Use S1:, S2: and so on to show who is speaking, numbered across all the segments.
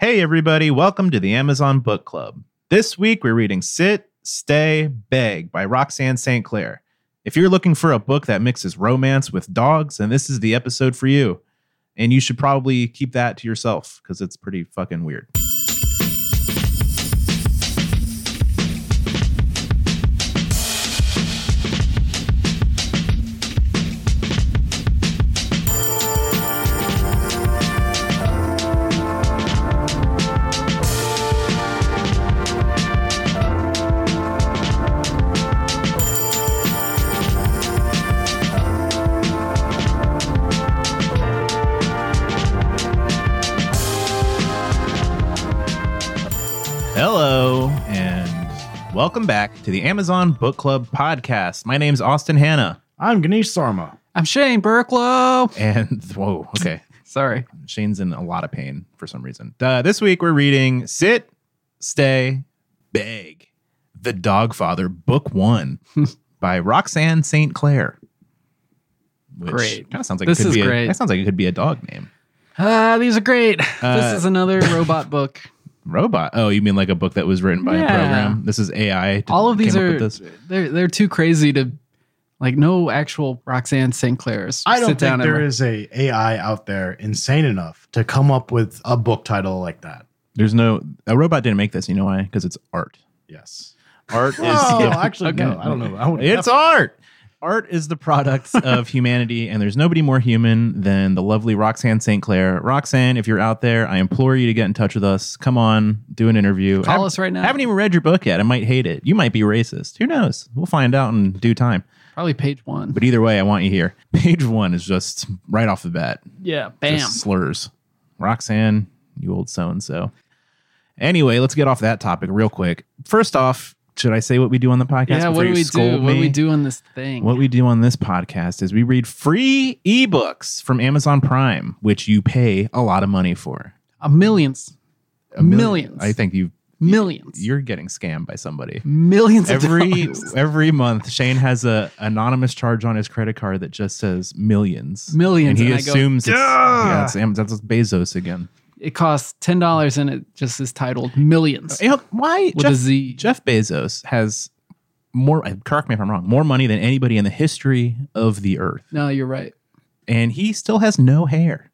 S1: Hey, everybody, welcome to the Amazon Book Club. This week we're reading Sit, Stay, Beg by Roxanne St. Clair. If you're looking for a book that mixes romance with dogs, then this is the episode for you. And you should probably keep that to yourself because it's pretty fucking weird. Hello, and welcome back to the Amazon Book Club podcast. My name's Austin Hanna.
S2: I'm Ganesh Sarma.
S3: I'm Shane Burklow.
S1: And whoa, okay.
S3: Sorry.
S1: Shane's in a lot of pain for some reason. Uh, this week we're reading Sit, Stay, Beg, The Dogfather, Book One by Roxanne St. Clair. Which
S3: Great.
S1: Kind of sounds like
S3: This
S1: it could
S3: is
S1: be a-
S3: great.
S1: that sounds like it could be a dog name.
S3: Ah, these are great.
S1: Uh,
S3: this is another robot book.
S1: Robot. Oh, you mean like a book that was written by a
S3: Yeah.
S1: program? This is AI. to-
S3: All of these
S1: came up with
S3: are
S1: this?
S3: they're they're too crazy to like no actual Roxanne St. Clair's.
S2: I don't
S3: sit down
S2: think there
S3: and-
S2: is a AI out there insane enough to come up with a book title like that.
S1: There's no a robot didn't make this. You know why? Because it's art.
S2: Yes.
S1: Art is
S2: Oh,
S1: the
S2: actually, no. I don't know. I would-
S1: It's art. Oh, Art is the product of humanity, and there's nobody more human than the lovely Roxanne St. Clair. Roxanne, if you're out there, I implore you to get in touch with us. Come on, do an interview.
S3: Call
S1: Haven't-
S3: us right now.
S1: Haven't even read your book yet. I might hate it. You might be racist. Who knows? We'll find out in due time.
S3: probably page one.
S1: But either way, I want you here. Page one is just right off the bat
S3: yeah,
S1: just
S3: bam.
S1: slurs. Roxanne, you old so and so. Anyway, let's get off that topic real quick. First off, should I say what we do on the podcast?
S3: yeah,
S1: before
S3: what do
S1: you
S3: we do?
S1: scold
S3: What do
S1: me?
S3: we do on this thing?
S1: What we do on this podcast is we read free ebooks from Amazon Prime, which you pay a lot of money for.
S3: A millions.
S1: A million-
S3: Millions.
S1: I think you
S3: Millions.
S1: you're getting scammed by somebody.
S3: millions of
S1: Every
S3: dollars.
S1: every month, Shane has a anonymous charge on his credit card that just says millions,
S3: Millions,
S1: and he
S3: and I go,
S1: assumes it's,
S2: "Duh!"
S1: yeah, it's Am- that's Bezos again.
S3: It costs ten dollars and it just is titled Millions.
S1: You know, why
S3: With a Z.
S1: Jeff Bezos has more. Correct me if I'm wrong. More money than anybody in the history of the earth,
S3: No, you're right.
S1: and he still has no hair.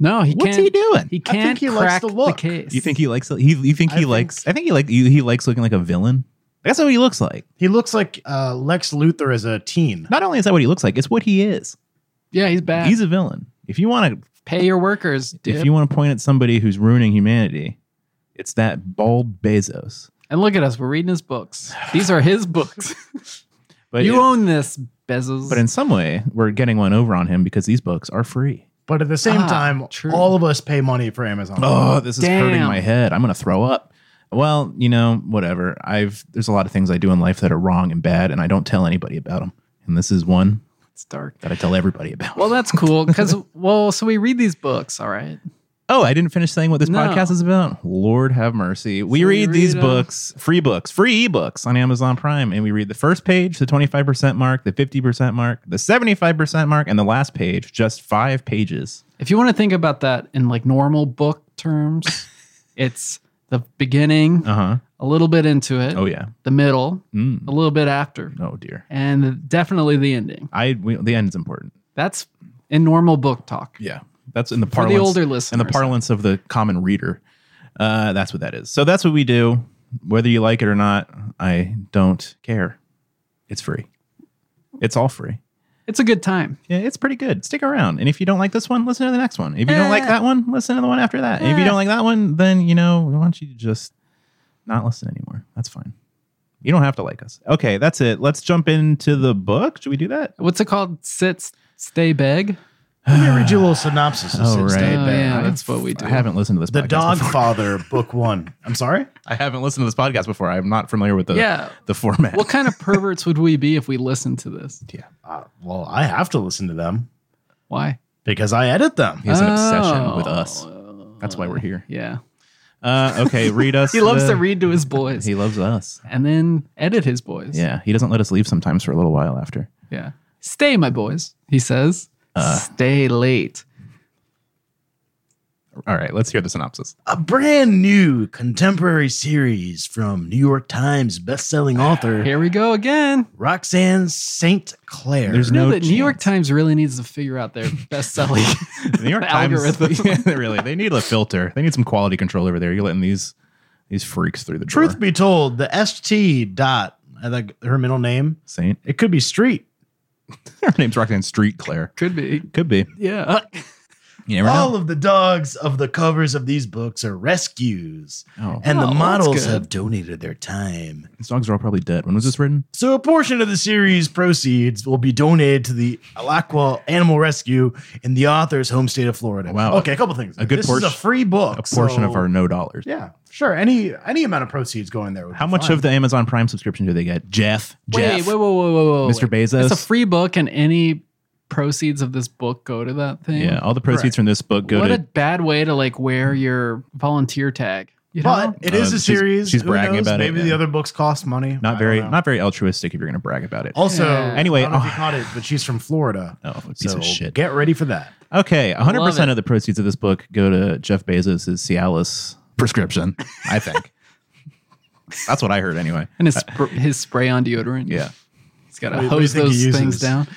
S3: No, he
S1: What's
S3: can't
S1: he doing?
S3: he
S2: I think
S3: can't
S2: he likes
S3: crack
S2: the look.
S3: case.
S1: You think he likes? He you think
S2: I
S1: he
S2: think-
S1: likes? I think he like he, he likes looking like a villain. That's what he looks like.
S2: He looks like uh, Lex Luthor as a teen.
S1: Not only is that what he looks like, it's what he is.
S3: Yeah, he's bad.
S1: He's a villain. If you want to,
S3: Pay your workers.
S1: if
S3: dip.
S1: you want to point at somebody who's ruining humanity, it's that bald Bezos.
S3: and look at us, we're reading his books. These are his books.
S1: But
S3: you own this, Bezos.
S1: but in some way, we're getting one over on him because these books are free.
S2: But at the same
S3: Ah,
S2: time,
S3: true.
S2: all of us pay money for Amazon.
S1: Oh, this is hurting
S3: Damn.
S1: my head. I'm gonna throw up. Well, you know, whatever. I've there's a lot of things I do in life that are wrong and bad, and I don't tell anybody about them. And this is one
S3: it's dark.
S1: that I tell everybody about.
S3: Well, that's cool because well, so we read these books, all right.
S1: Oh, I didn't finish saying what this
S3: No.
S1: podcast is about. Lord have mercy. We
S3: So we
S1: read, these
S3: read, uh,
S1: books, free books, free ebooks on Amazon Prime, and we read the first page, the 25% mark, the 50% mark, the 75% mark, and the last page, just five pages.
S3: If you want to think about that in like normal book terms, it's the beginning,
S1: Uh huh.
S3: a little bit into it,
S1: Oh, yeah.
S3: the middle,
S1: Mm.
S3: a little bit after,
S1: Oh, dear.
S3: and definitely the ending.
S1: I we, The end is important.
S3: That's in normal book talk.
S1: Yeah. That's in the
S3: For
S1: parlance.
S3: the older
S1: in
S3: listeners.
S1: the parlance of the common reader. Uh, that's what that is. So that's what we do. Whether you like it or not, I don't care. It's free. It's all free.
S3: It's a good time.
S1: Yeah, it's pretty good. Stick around. And if you don't like this one, listen to the next one. If you don't like
S3: Eh.
S1: that one, listen to the one after that. And if you
S3: Eh.
S1: don't like that one, then, you know, we want you to just not listen anymore. That's fine. You don't have to like us. Okay, that's it. Let's jump into the book. Should we do that?
S3: What's it called? Sit, stay, beg.
S2: Let me read you a little synopsis. of
S1: Oh,
S2: Sid
S1: right.
S2: Stein.
S3: Oh,
S1: there.
S3: yeah,
S1: I-
S3: that's what we do.
S1: I haven't listened to this
S2: The
S1: podcast
S2: Dog
S1: before.
S2: Father, Book One. I'm sorry?
S1: I haven't listened to this podcast before. I'm not familiar with the
S3: yeah.
S1: the format.
S3: What kind of perverts would we be if we listened to this?
S2: Uh, well, I have to listen to them
S3: Why?
S2: because I edit them.
S1: He has an obsession with
S3: Oh.
S1: us. That's why we're here.
S3: Yeah.
S1: Uh, okay, read us.
S3: He loves
S1: the-
S3: to read to his boys
S1: Uh, He loves us.
S3: and then edit his boys.
S1: Yeah, he doesn't let us leave sometimes for a little while after.
S3: Yeah.
S1: Uh.
S3: Stay, my boys, he says. Stay late.
S1: All right, let's hear the synopsis.
S4: a brand new contemporary series from New York Times best-selling author
S3: Here we go again.
S4: Roxanne St. Clair.
S1: There's
S3: You know
S1: no
S3: that New York
S1: chance.
S3: Times really needs to figure out their best-selling
S1: The New York Times
S3: algorithm.
S1: Yeah, they really, they need a filter. They need some quality control over there. You're letting these these freaks through the door.
S2: Truth be told, the ST dot,
S4: uh,
S2: I think her middle name,
S1: Saint.
S2: it could be Street.
S1: Her name's Roxanne Street Claire.
S3: Could be.
S1: Could be.
S3: Yeah. Uh,
S1: You never
S4: All of the dogs of the covers of these books are rescues,
S1: know. Oh,
S4: and
S3: Oh,
S4: the
S3: that's
S4: models
S3: good.
S4: have donated their time.
S1: these dogs are all probably dead. When was this written?
S4: So, a portion of the series proceeds will be donated to the Alacqua Animal Rescue in the author's home state of Florida.
S1: Wow.
S2: Okay, a couple things.
S1: A good
S2: this
S1: portion-
S2: is a free book.
S1: A portion
S2: so-
S1: of our no dollars.
S2: Yeah, sure. Any any amount of proceeds going there. Would
S1: How much of the Amazon Prime subscription do they get? Jeff.
S3: Wait,
S1: Jeff.
S3: wait, wait, wait, wait, wait.
S1: Mr. Bezos.
S3: It's a free book, and any proceeds of this book go to that thing.
S1: yeah, all the proceeds
S2: Correct.
S1: from this book go
S3: what
S1: to.
S3: a bad way to like wear your volunteer tag. You know?
S2: But it is
S1: Uh,
S2: a
S1: she's-
S2: series.
S1: she's
S2: Who
S1: bragging
S2: knows?
S1: about it,
S2: Maybe
S1: yeah.
S2: the other books cost money. I
S1: not
S2: don't
S1: very,
S2: know.
S1: not very altruistic if you're going to brag about it. Oh,
S2: Also,
S3: Yeah.
S1: Anyway,
S2: I don't know if you
S1: oh.
S2: caught it, but she's from Florida.
S1: a piece
S2: so
S1: of shit.
S2: get ready for that.
S1: Okay,
S3: Love
S1: 100%
S3: it.
S1: of the proceeds of this book go to Jeff Bezos' Cialis prescription, I think. That's what I heard anyway.
S3: and his sp- his spray on deodorant.
S1: Yeah.
S3: he's got
S2: What do
S3: to
S2: you- what do
S3: hose
S2: you think he
S3: those things
S2: uses?
S3: down.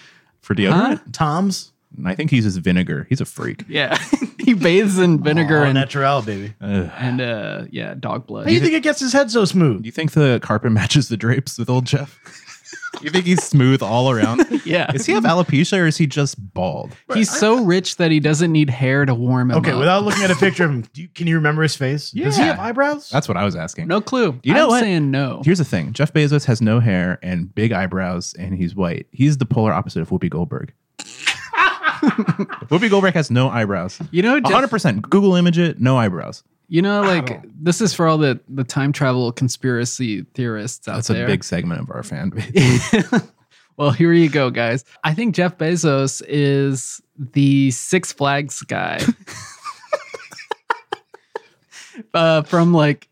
S1: For deodorant.
S3: Huh?
S2: Tom's
S1: And I think he uses vinegar. He's a freak.
S3: Yeah, he bathes in vinegar
S1: Oh,
S2: All
S3: and
S2: natural, baby.
S1: Ugh.
S3: and uh, yeah, dog blood.
S2: How do you think it gets his head so smooth?
S1: Do you think the carpet matches the drapes with old Jeff? you think he's smooth all around?
S3: yeah,
S1: Does he have alopecia or is he just bald?
S3: he's so rich that he doesn't need hair to warm him
S2: Okay,
S3: up.
S2: without looking at a picture of him, do you, can you remember his face? Does he
S1: Yeah.
S2: have eyebrows?
S1: That's what I was asking.
S3: no clue.
S1: You know
S3: I'm
S1: what?
S3: saying no.
S1: Here's the thing Jeff Bezos has no hair and big eyebrows, and he's white. He's the polar opposite of Whoopi Goldberg. Whoopi Goldberg has no eyebrows.
S3: You know, Jeff,
S1: 100%. Google image it, no eyebrows.
S3: you know, like this is for all the the time travel conspiracy theorists out
S1: That's
S3: there.
S1: a big segment of our fan base.
S3: well, here you go, guys. I think Jeff Bezos is the Six Flags guy. uh, from like,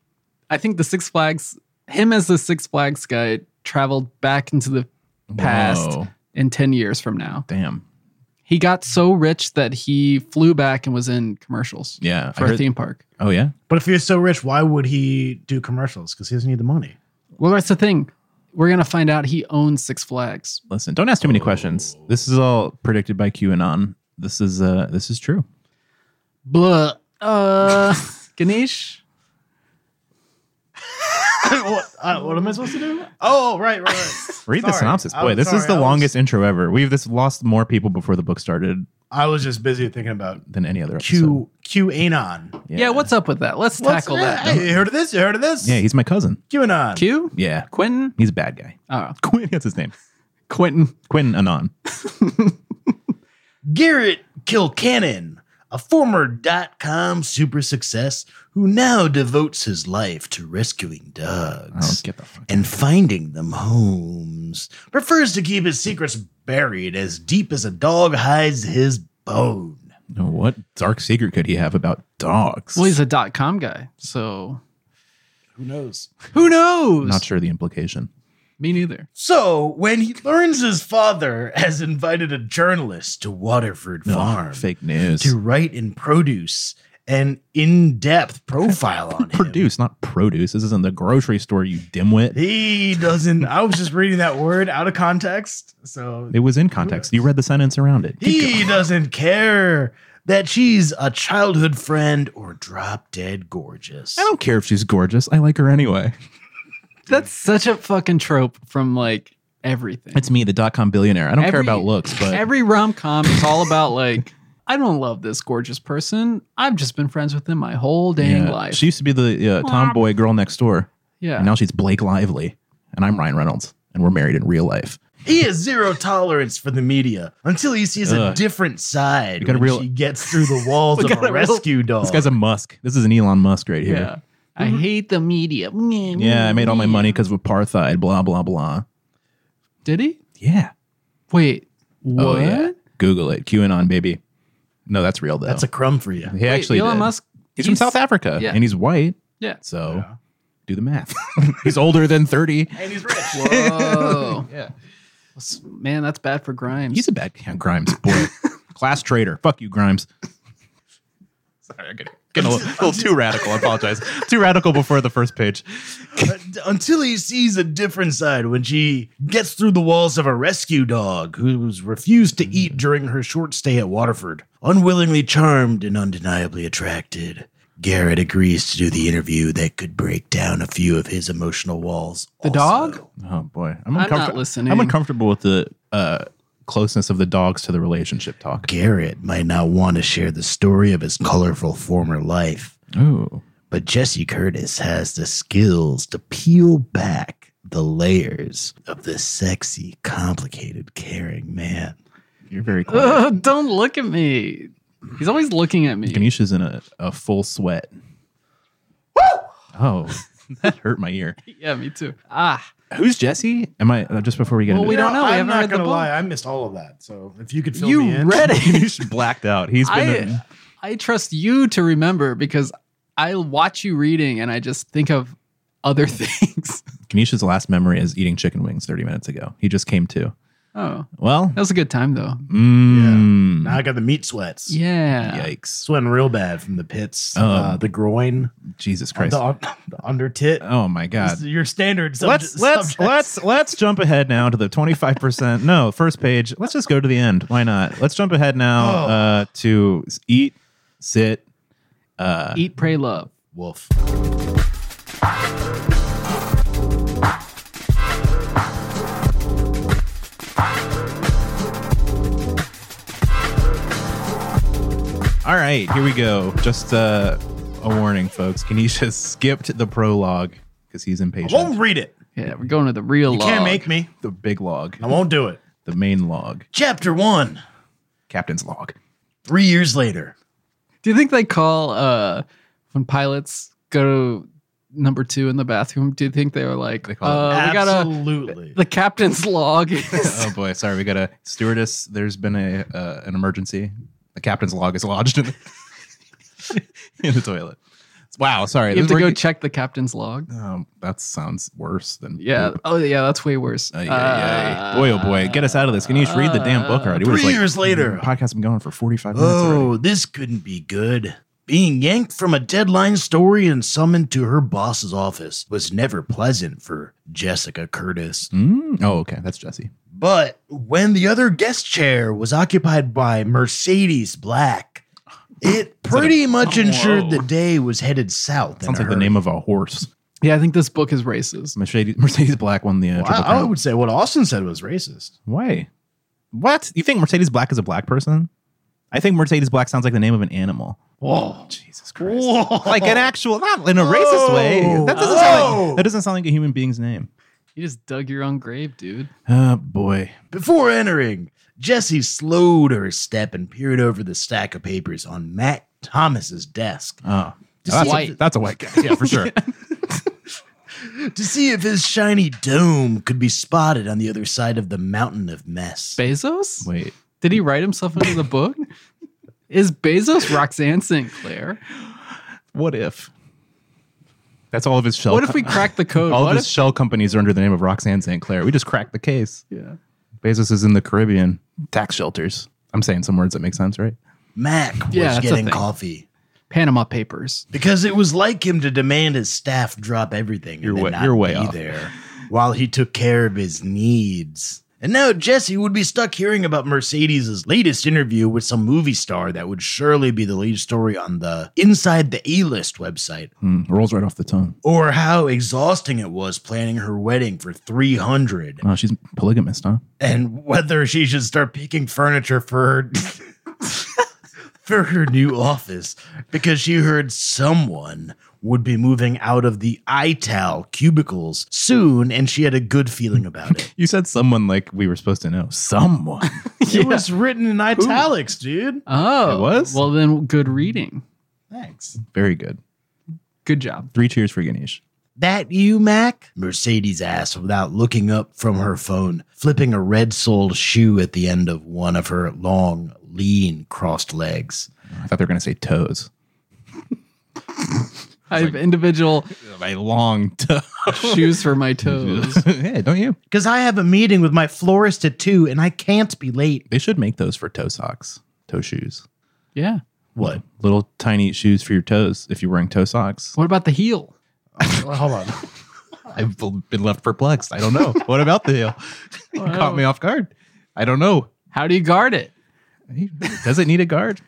S3: I think the Six Flags, him as the Six Flags guy traveled back into the past
S1: Whoa,
S3: in 10 years from now.
S1: damn.
S3: He got so rich that he flew back and was in commercials
S1: Yeah. I
S3: for a
S1: heard-
S3: theme park.
S1: oh, yeah.
S2: But if he was so rich, why would he do commercials? Because he doesn't need the money.
S3: Well, that's the thing. We're going to find out he owns Six Flags.
S1: Listen, don't ask too many questions. This is all predicted by QAnon. This is uh this is true.
S3: Blah. Uh, Ganesh?
S2: what, uh, what am I supposed to do? Oh, right, right, right.
S1: Read the
S2: Sorry.
S1: synopsis. Boy,
S2: I'm
S1: this is
S2: sorry,
S1: the
S2: I was-
S1: longest intro ever. We've this lost more people before the book started
S2: I was just busy thinking about
S1: than any other episode.
S2: Q QAnon.
S3: Yeah. what's up with that? Let's tackle that.
S2: Hey, you heard of this? You heard of this?
S1: Yeah, he's my cousin.
S2: QAnon.
S3: Q?
S1: Yeah.
S3: Quentin?
S1: He's a bad guy.
S3: Oh,
S1: Quinn, that's his name.
S3: Quentin.
S1: Quinn Anon.
S4: Garrett Kilcannon, a former dot com super success who now devotes his life to rescuing
S1: I
S4: dogs
S1: don't get the fuck.
S4: and finding them homes, prefers to keep his secrets buried as deep as a dog hides his bone.
S1: No, what dark secret could he have about dogs?
S3: Well, he's a dot com guy, so
S2: Who knows?
S3: who knows?
S1: not sure the implication.
S3: Me neither.
S4: So, when he learns his father has invited a journalist to Waterford
S1: No,
S4: Farm
S1: fake news.
S4: to write and produce an in depth profile on him,
S1: Produce, not produce. This isn't the grocery store, you dimwit.
S4: he doesn't.
S2: And I was just reading that word out of context. So
S1: It was in context. You read the sentence around it.
S4: He doesn't care that she's a childhood friend or drop dead gorgeous.
S1: I don't care if she's gorgeous. I like her anyway.
S3: That's such a fucking trope from like everything.
S1: It's me, the dot com billionaire. I don't care
S3: Every-
S1: about looks, but
S3: Every rom com is all about like, I don't love this gorgeous person. I've just been friends with him my whole dang
S1: Yeah.
S3: life.
S1: She used to be the uh, tomboy girl next door,
S3: yeah.
S1: and now she's Blake Lively, and I'm Ryan Reynolds, and we're married in real life.
S4: He has zero tolerance for the media until he sees a
S1: Ugh.
S4: different side
S1: We got a
S4: when
S1: real-
S4: she gets through the walls
S3: We
S4: of
S3: got
S4: a
S3: a real-
S4: rescue dog.
S1: This guy's a Musk. This is an Elon Musk right
S3: yeah.
S1: here.
S3: I hate the media.
S1: Yeah, I made all my money because of apartheid, blah, blah, blah.
S3: Did he?
S1: Yeah.
S3: Wait. What?
S1: Oh, yeah. Google it. QAnon, baby. No, that's real, though.
S4: That's a crumb for you.
S1: he
S3: Wait,
S1: actually
S3: Elon
S1: did.
S3: Musk.
S1: He's, from South Africa,
S3: yeah.
S1: and he's white.
S3: Yeah.
S1: So
S2: Yeah.
S1: do the math. he's older than 30.
S2: and he's rich.
S3: Whoa.
S1: Yeah.
S3: Oh. Man, that's bad for Grimes.
S1: He's a bad yeah, Grimes boy. Class traitor. Fuck you, Grimes. Sorry, I get it. Getting a little, a little too radical. I apologize. Too radical before the first page.
S4: until he sees a different side when she gets through the walls of a rescue dog who's refused to eat during her short stay at Waterford. Unwillingly charmed and undeniably attracted, Garrett agrees to do the interview that could break down a few of his emotional walls.
S3: The
S4: also.
S3: dog?
S1: Oh boy,
S3: I'm
S1: uncomfort-
S3: not listening.
S1: I'm uncomfortable with the uh, closeness of the dogs to the relationship talk.
S4: Garrett might not want to share the story of his colorful former life,
S1: Ooh.
S4: but Jesse Curtis has the skills to peel back the layers of this sexy, complicated, caring man.
S1: You're very quiet.
S3: Ugh, don't look at me. He's always looking at me.
S1: Ganesha's in a, a full sweat. Oh, that hurt my ear.
S3: yeah, me too. Ah,
S1: Who's Jesse? Am I uh, just before we get
S3: Well,
S1: into
S3: we
S1: it?
S3: don't know. We
S2: I'm
S3: haven't
S2: not
S3: read the
S2: gonna
S3: book.
S2: lie. I missed all of that. So if you could fill me
S3: you
S2: in,
S3: read it.
S1: Ganesh blacked out. He's been.
S3: I, I trust you to remember because I'll watch you reading and I just think of other things.
S1: Ganesha's last memory is eating chicken wings 30 minutes ago. He just came to.
S3: Oh,
S1: Well,
S3: that was a good time though.
S1: mm,
S2: now I got the meat sweats.
S3: Yeah.
S1: yikes.
S2: Sweating real bad from the pits, uh,
S1: Um,
S2: the groin,
S1: Jesus
S2: the,
S1: Christ.
S2: the under tit.
S1: Oh my God.
S2: Just your standard. subje-
S1: Let's let's
S2: subjects.
S1: let's let's jump ahead now to the twenty five percent. No, first page. Let's just go to the end. Why not? Let's jump ahead now
S2: Oh.
S1: uh, to s- eat, sit. Uh,
S3: Eat, pray, love.
S2: Wolf.
S1: all right, here we go. Just uh, a warning, folks. Kenesha skipped the prologue because he's impatient.
S2: Won't read it.
S3: Yeah, we're going to the real
S2: You
S3: log.
S2: can't make me.
S1: the big log,
S2: I won't do it.
S1: the main log,
S4: Chapter one.
S1: captain's log.
S4: Three years later,
S3: Do you think they call uh when pilots go to number two in the bathroom? Do you think they were like,
S1: They call it-
S3: uh, we gotta
S2: Absolutely.
S3: the captain's log? Is,
S1: Oh boy, sorry. We got a stewardess. There's been a uh, an emergency. The captain's log is lodged in the, in the toilet. Wow, sorry.
S3: you have
S1: this-
S3: to go
S1: we're-
S3: check the captain's log.
S1: Um, that sounds worse than
S3: Yeah.
S1: poop.
S3: Oh, yeah. That's way worse. Uh,
S1: Ay, ay, ay. boy, oh boy, get us out of this. Ganesh, read the damn book already. We're
S4: three
S1: just like,
S4: years later.
S1: "Mm, Podcast been going for 45 minutes already.
S4: Oh, this couldn't be good. Being yanked from a deadline story and summoned to her boss's office was never pleasant for Jessica Curtis.
S1: Mm? Oh, okay. That's Jesse.
S4: But when the other guest chair was occupied by Mercedes Black, it pretty much
S1: Oh,
S4: ensured the
S1: whoa.
S4: day was headed south.
S1: Sounds like the name of a horse.
S3: Yeah, I think this book is racist.
S1: Mercedes, Mercedes Black won the uh,
S2: Well,
S1: Triple
S2: I, I
S1: Crown.
S2: would say what Austin said was racist.
S1: Why? What? You think Mercedes Black is a black person? I think Mercedes Black sounds like the name of an animal.
S2: Whoa.
S1: Jesus Christ. Like an actual, not in a racist
S2: Whoa.
S1: way. That doesn't, sound
S2: Whoa.
S1: like, that doesn't sound like a human being's name.
S3: You just dug your own grave, dude.
S1: Oh, boy.
S4: Before entering, Jessie slowed her step and peered over the stack of papers on Matt Thomas's desk
S1: Oh.
S4: To
S1: That's,
S4: see
S1: A,
S3: if-
S1: that's a white guy. Yeah, for sure.
S4: to see if his shiny dome could be spotted on the other side of the mountain of mess.
S3: Bezos?
S1: Wait.
S3: Did he write himself into the book? Is Bezos Roxanne Sinclair?
S1: What if? That's all of his shell.
S3: What if we crack the code?
S1: all of
S3: What
S1: his
S3: if-
S1: shell companies are under the name of Roxanne St. Clair? We just cracked the case.
S3: yeah.
S1: Bezos is in the Caribbean. Tax shelters. I'm saying some words that make sense, right?
S4: Mac
S3: Yeah,
S4: was
S3: that's a
S4: getting
S3: thing.
S4: coffee
S3: Panama Papers.
S4: because it was like him to demand his staff drop everything.
S1: You're
S4: and then
S1: way-
S4: not
S1: you're way
S4: be
S1: off.
S4: there while he took care of his needs. And now Jesse would be stuck hearing about Mercedes' latest interview with some movie star that would surely be the lead story on the Inside the A List website,
S1: Hmm, rolls right off the tongue.
S4: or how exhausting it was planning her wedding for 300,
S1: Oh, she's polygamist, huh?
S4: and whether she should start picking furniture for her, for her new office because she heard someone would be moving out of the ital cubicles soon and she had a good feeling about it
S1: You said someone like we were supposed to know. Someone.
S2: It was written in italics, dude.
S3: Oh.
S1: It was?
S3: Well, then good reading.
S2: Thanks.
S1: Very good.
S3: Good job.
S1: Three cheers for Ganesh.
S4: that you mac mercedes asked without looking up from her phone flipping a red-soled shoe at the end of one of her long lean crossed legs
S1: I thought they were going to say toes.
S3: I have individual
S1: My long toes.
S3: shoes for my toes.
S1: yeah, don't you?
S4: because i have a meeting with my florist at two and i can't be late
S1: They should make those for toe socks, toe shoes.
S3: Yeah.
S4: What?
S1: Little tiny shoes for your toes if you're wearing toe socks.
S3: What about the heel?
S2: Well, hold on.
S1: I've been left perplexed. I don't know. what about the heel? You caught me off guard. I don't know.
S3: How do you guard it?
S1: Does it need a guard?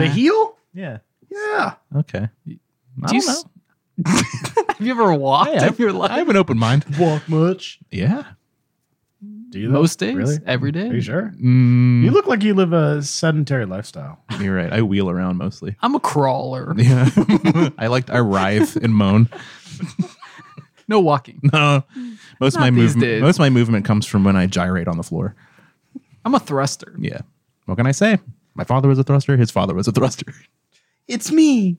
S4: The heel?
S1: Yeah.
S2: Yeah.
S1: Okay. I
S3: Do you
S1: don't know.
S3: s- Have you ever walked
S1: Yeah,
S3: in your
S1: I
S3: life?
S1: have an open mind.
S2: Walk much?
S1: Yeah.
S2: Do you? though?
S3: Most days,
S2: Really?
S3: every day.
S2: Are you sure?
S1: Mm,
S2: You look like you live a sedentary lifestyle.
S1: you're right. I wheel around mostly.
S3: I'm a crawler.
S1: Yeah. I like I writhe and moan.
S3: No walking.
S1: No. Most of
S3: Not
S1: my
S3: these
S1: movement
S3: days.
S1: most of my movement comes from when I gyrate on the floor.
S3: I'm a thruster.
S1: Yeah. What can I say? My father was a thruster, his father was a thruster.
S4: It's me.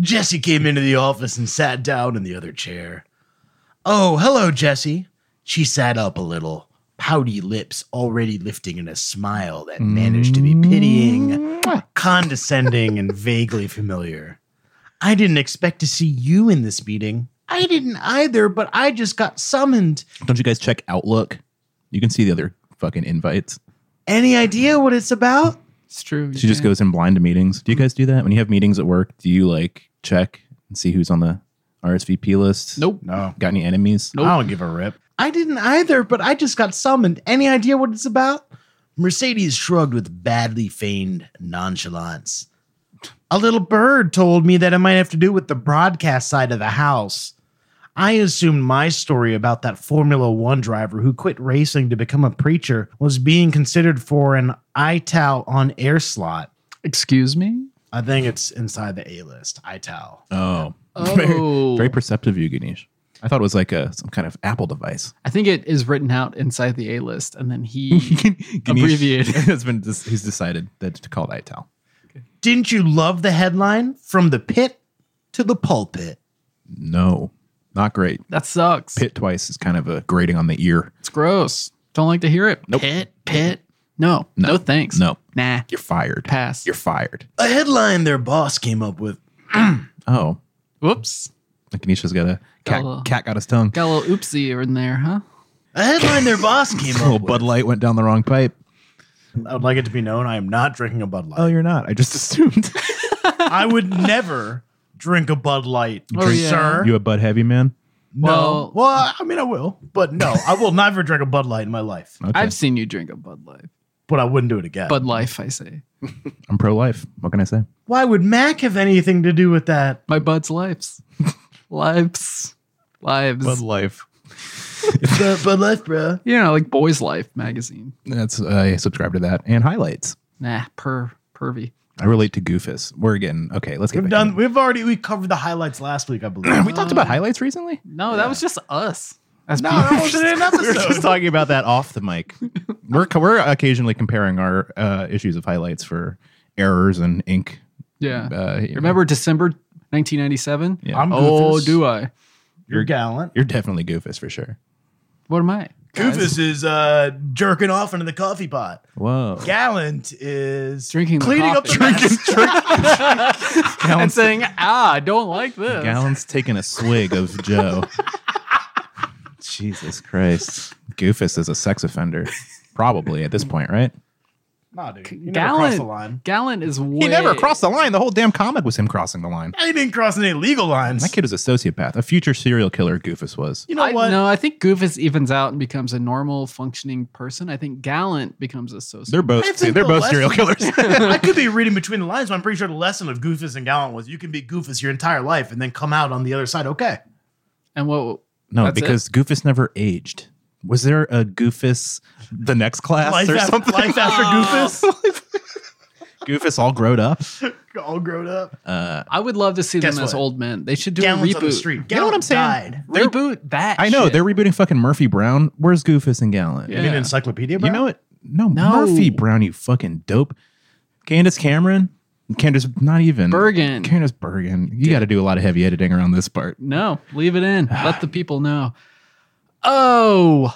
S4: Jesse came into the office and sat down in the other chair. Oh, hello, Jesse. She sat up a little, pouty lips already lifting in a smile that managed to be
S2: Mm-hmm.
S4: pitying, condescending, and vaguely familiar. I didn't expect to see you in this meeting. I didn't either, but I just got summoned.
S1: Don't you guys check Outlook? You can see the other fucking invites.
S4: Any idea what it's about?
S3: It's true.
S1: She just
S3: yeah.
S1: goes in blind to meetings. Do you guys do that? When you have meetings at work, do you like check and see who's on the RSVP list?
S3: Nope.
S2: No.
S1: Got any enemies?
S3: Nope.
S2: I don't give a rip.
S4: I didn't either, but I just got summoned. Any idea what it's about? Mercedes shrugged with badly feigned nonchalance. A little bird told me that it might have to do with the broadcast side of the house. I assumed my story about that Formula One driver who quit racing to become a preacher was being considered for an ITAL on air slot.
S3: Excuse me.
S2: I think it's inside the A list. ITAL.
S1: Oh.
S3: Oh.
S1: Very, very perceptive of you, Ganesh. I thought it was like a some kind of Apple device.
S3: I think it is written out inside the A list, and then he.
S1: Abbreviated.
S3: Abbreviated.
S1: has been dis- he's decided that to call it ITAL.
S4: Didn't you love the headline? From the pit to the pulpit.
S1: No, not great.
S3: that sucks.
S1: Pit twice is kind of a grating on the ear.
S3: It's gross. Don't like to hear it.
S1: Nope.
S3: Pit, pit. No, no, thanks.
S1: No,
S3: Nah.
S1: you're fired.
S3: Pass.
S1: You're fired.
S4: A headline their boss came up with
S1: Oh,
S3: Whoops.
S1: Ganesha's got a cat.
S3: Got a-
S1: cat got his tongue.
S3: Oh. Got a little oopsie in there, huh?
S4: A headline their boss came
S1: Oh,
S4: up with.
S1: Bud Light went down the wrong pipe.
S2: I would like it to be known I am not drinking a Bud Light.
S1: Oh, you're not. I just assumed.
S2: I would never drink a Bud Light,
S3: Oh, yeah.
S2: sir.
S1: you a Bud Heavy man?
S2: no.
S3: Well-
S2: Well, I mean, I will, but no, I will never drink a Bud Light in my life.
S1: Okay.
S3: I've seen you drink a Bud Light.
S2: But I wouldn't do it again.
S3: Bud Life, I say.
S1: I'm pro life. What can I say?
S2: why would Mac have anything to do with that?
S3: My Bud's lives. lives. Lives.
S1: Life.
S4: Bud, Bud Light, bro.
S3: you know, like Boys Life magazine.
S1: That's I subscribe to that and highlights.
S3: Nah, per pervy.
S1: I relate to Goofus. We're getting okay. Let's get
S2: We've
S1: back
S2: done.
S1: in.
S2: We've already we covered the highlights last week, I believe.
S1: We talked about highlights recently.
S3: No, that was just us. That's
S2: no, that wasn't an
S1: we were just
S2: episode.
S1: talking about that off the mic. We're we're occasionally comparing our uh, issues of highlights for errors and ink.
S3: Yeah.
S1: Uh, you know,
S3: Remember December 1997?
S1: Yeah.
S2: I'm
S3: Oh,
S2: Goofus.
S3: do I?
S2: You're gallant.
S1: you're definitely goofus for sure.
S3: What am I? guys?
S2: Goofus is uh, jerking off into the coffee pot.
S1: Whoa,
S2: Gallant is
S3: Drinking the
S2: cleaning up the
S3: coffee.
S2: mess.
S3: and saying, ah, I don't like this.
S1: Gallon's taking a swig of Joe. Jesus Christ, goofus is a sex offender, probably at this point, right?
S2: Nah, dude, you never crossed
S3: Gallant.
S2: the line.
S3: Gallant is way.
S1: He never crossed the line. The whole damn comic was him crossing the line.
S2: I didn't cross any legal lines.
S1: That kid was a sociopath, a future serial killer. Goofus was.
S2: you know
S3: I-
S2: what?
S3: No, I think Goofus evens out and becomes a normal functioning person. I think Gallant becomes a sociopath.
S1: They're both.
S2: I think
S1: they're
S2: the
S1: both
S2: lesson-
S1: serial killers.
S2: I could be reading between the lines, but I'm pretty sure the lesson of Goofus and Gallant was you can be Goofus your entire life and then come out on the other side okay.
S3: and what?
S1: No,
S3: That's it.
S1: because Goofus never aged. Was there a Goofus the next class
S2: Life,
S1: or
S2: af-
S1: something?
S2: life after Goofus,
S1: Goofus all grown up.
S2: all grown up.
S1: Uh,
S3: I would love to see
S2: Guess
S3: them as
S2: what?
S3: old men. They should do
S2: Gallant's
S3: a reboot.
S2: on the street. Gallant
S1: You know what I'm saying?
S2: died.
S1: They're-
S3: Reboot that.
S1: I know
S3: shit.
S1: they're rebooting fucking Murphy Brown. Where's Goofus and Gallant?
S3: Yeah.
S2: Encyclopedia,
S1: You know what? No,
S3: No.
S1: Murphy Brown, you fucking dope. Candace Cameron, Candace, not even
S3: Bergen.
S1: Candace Bergen. You got to do a lot of heavy editing around this part.
S3: No, leave it in. Let the people know. Oh,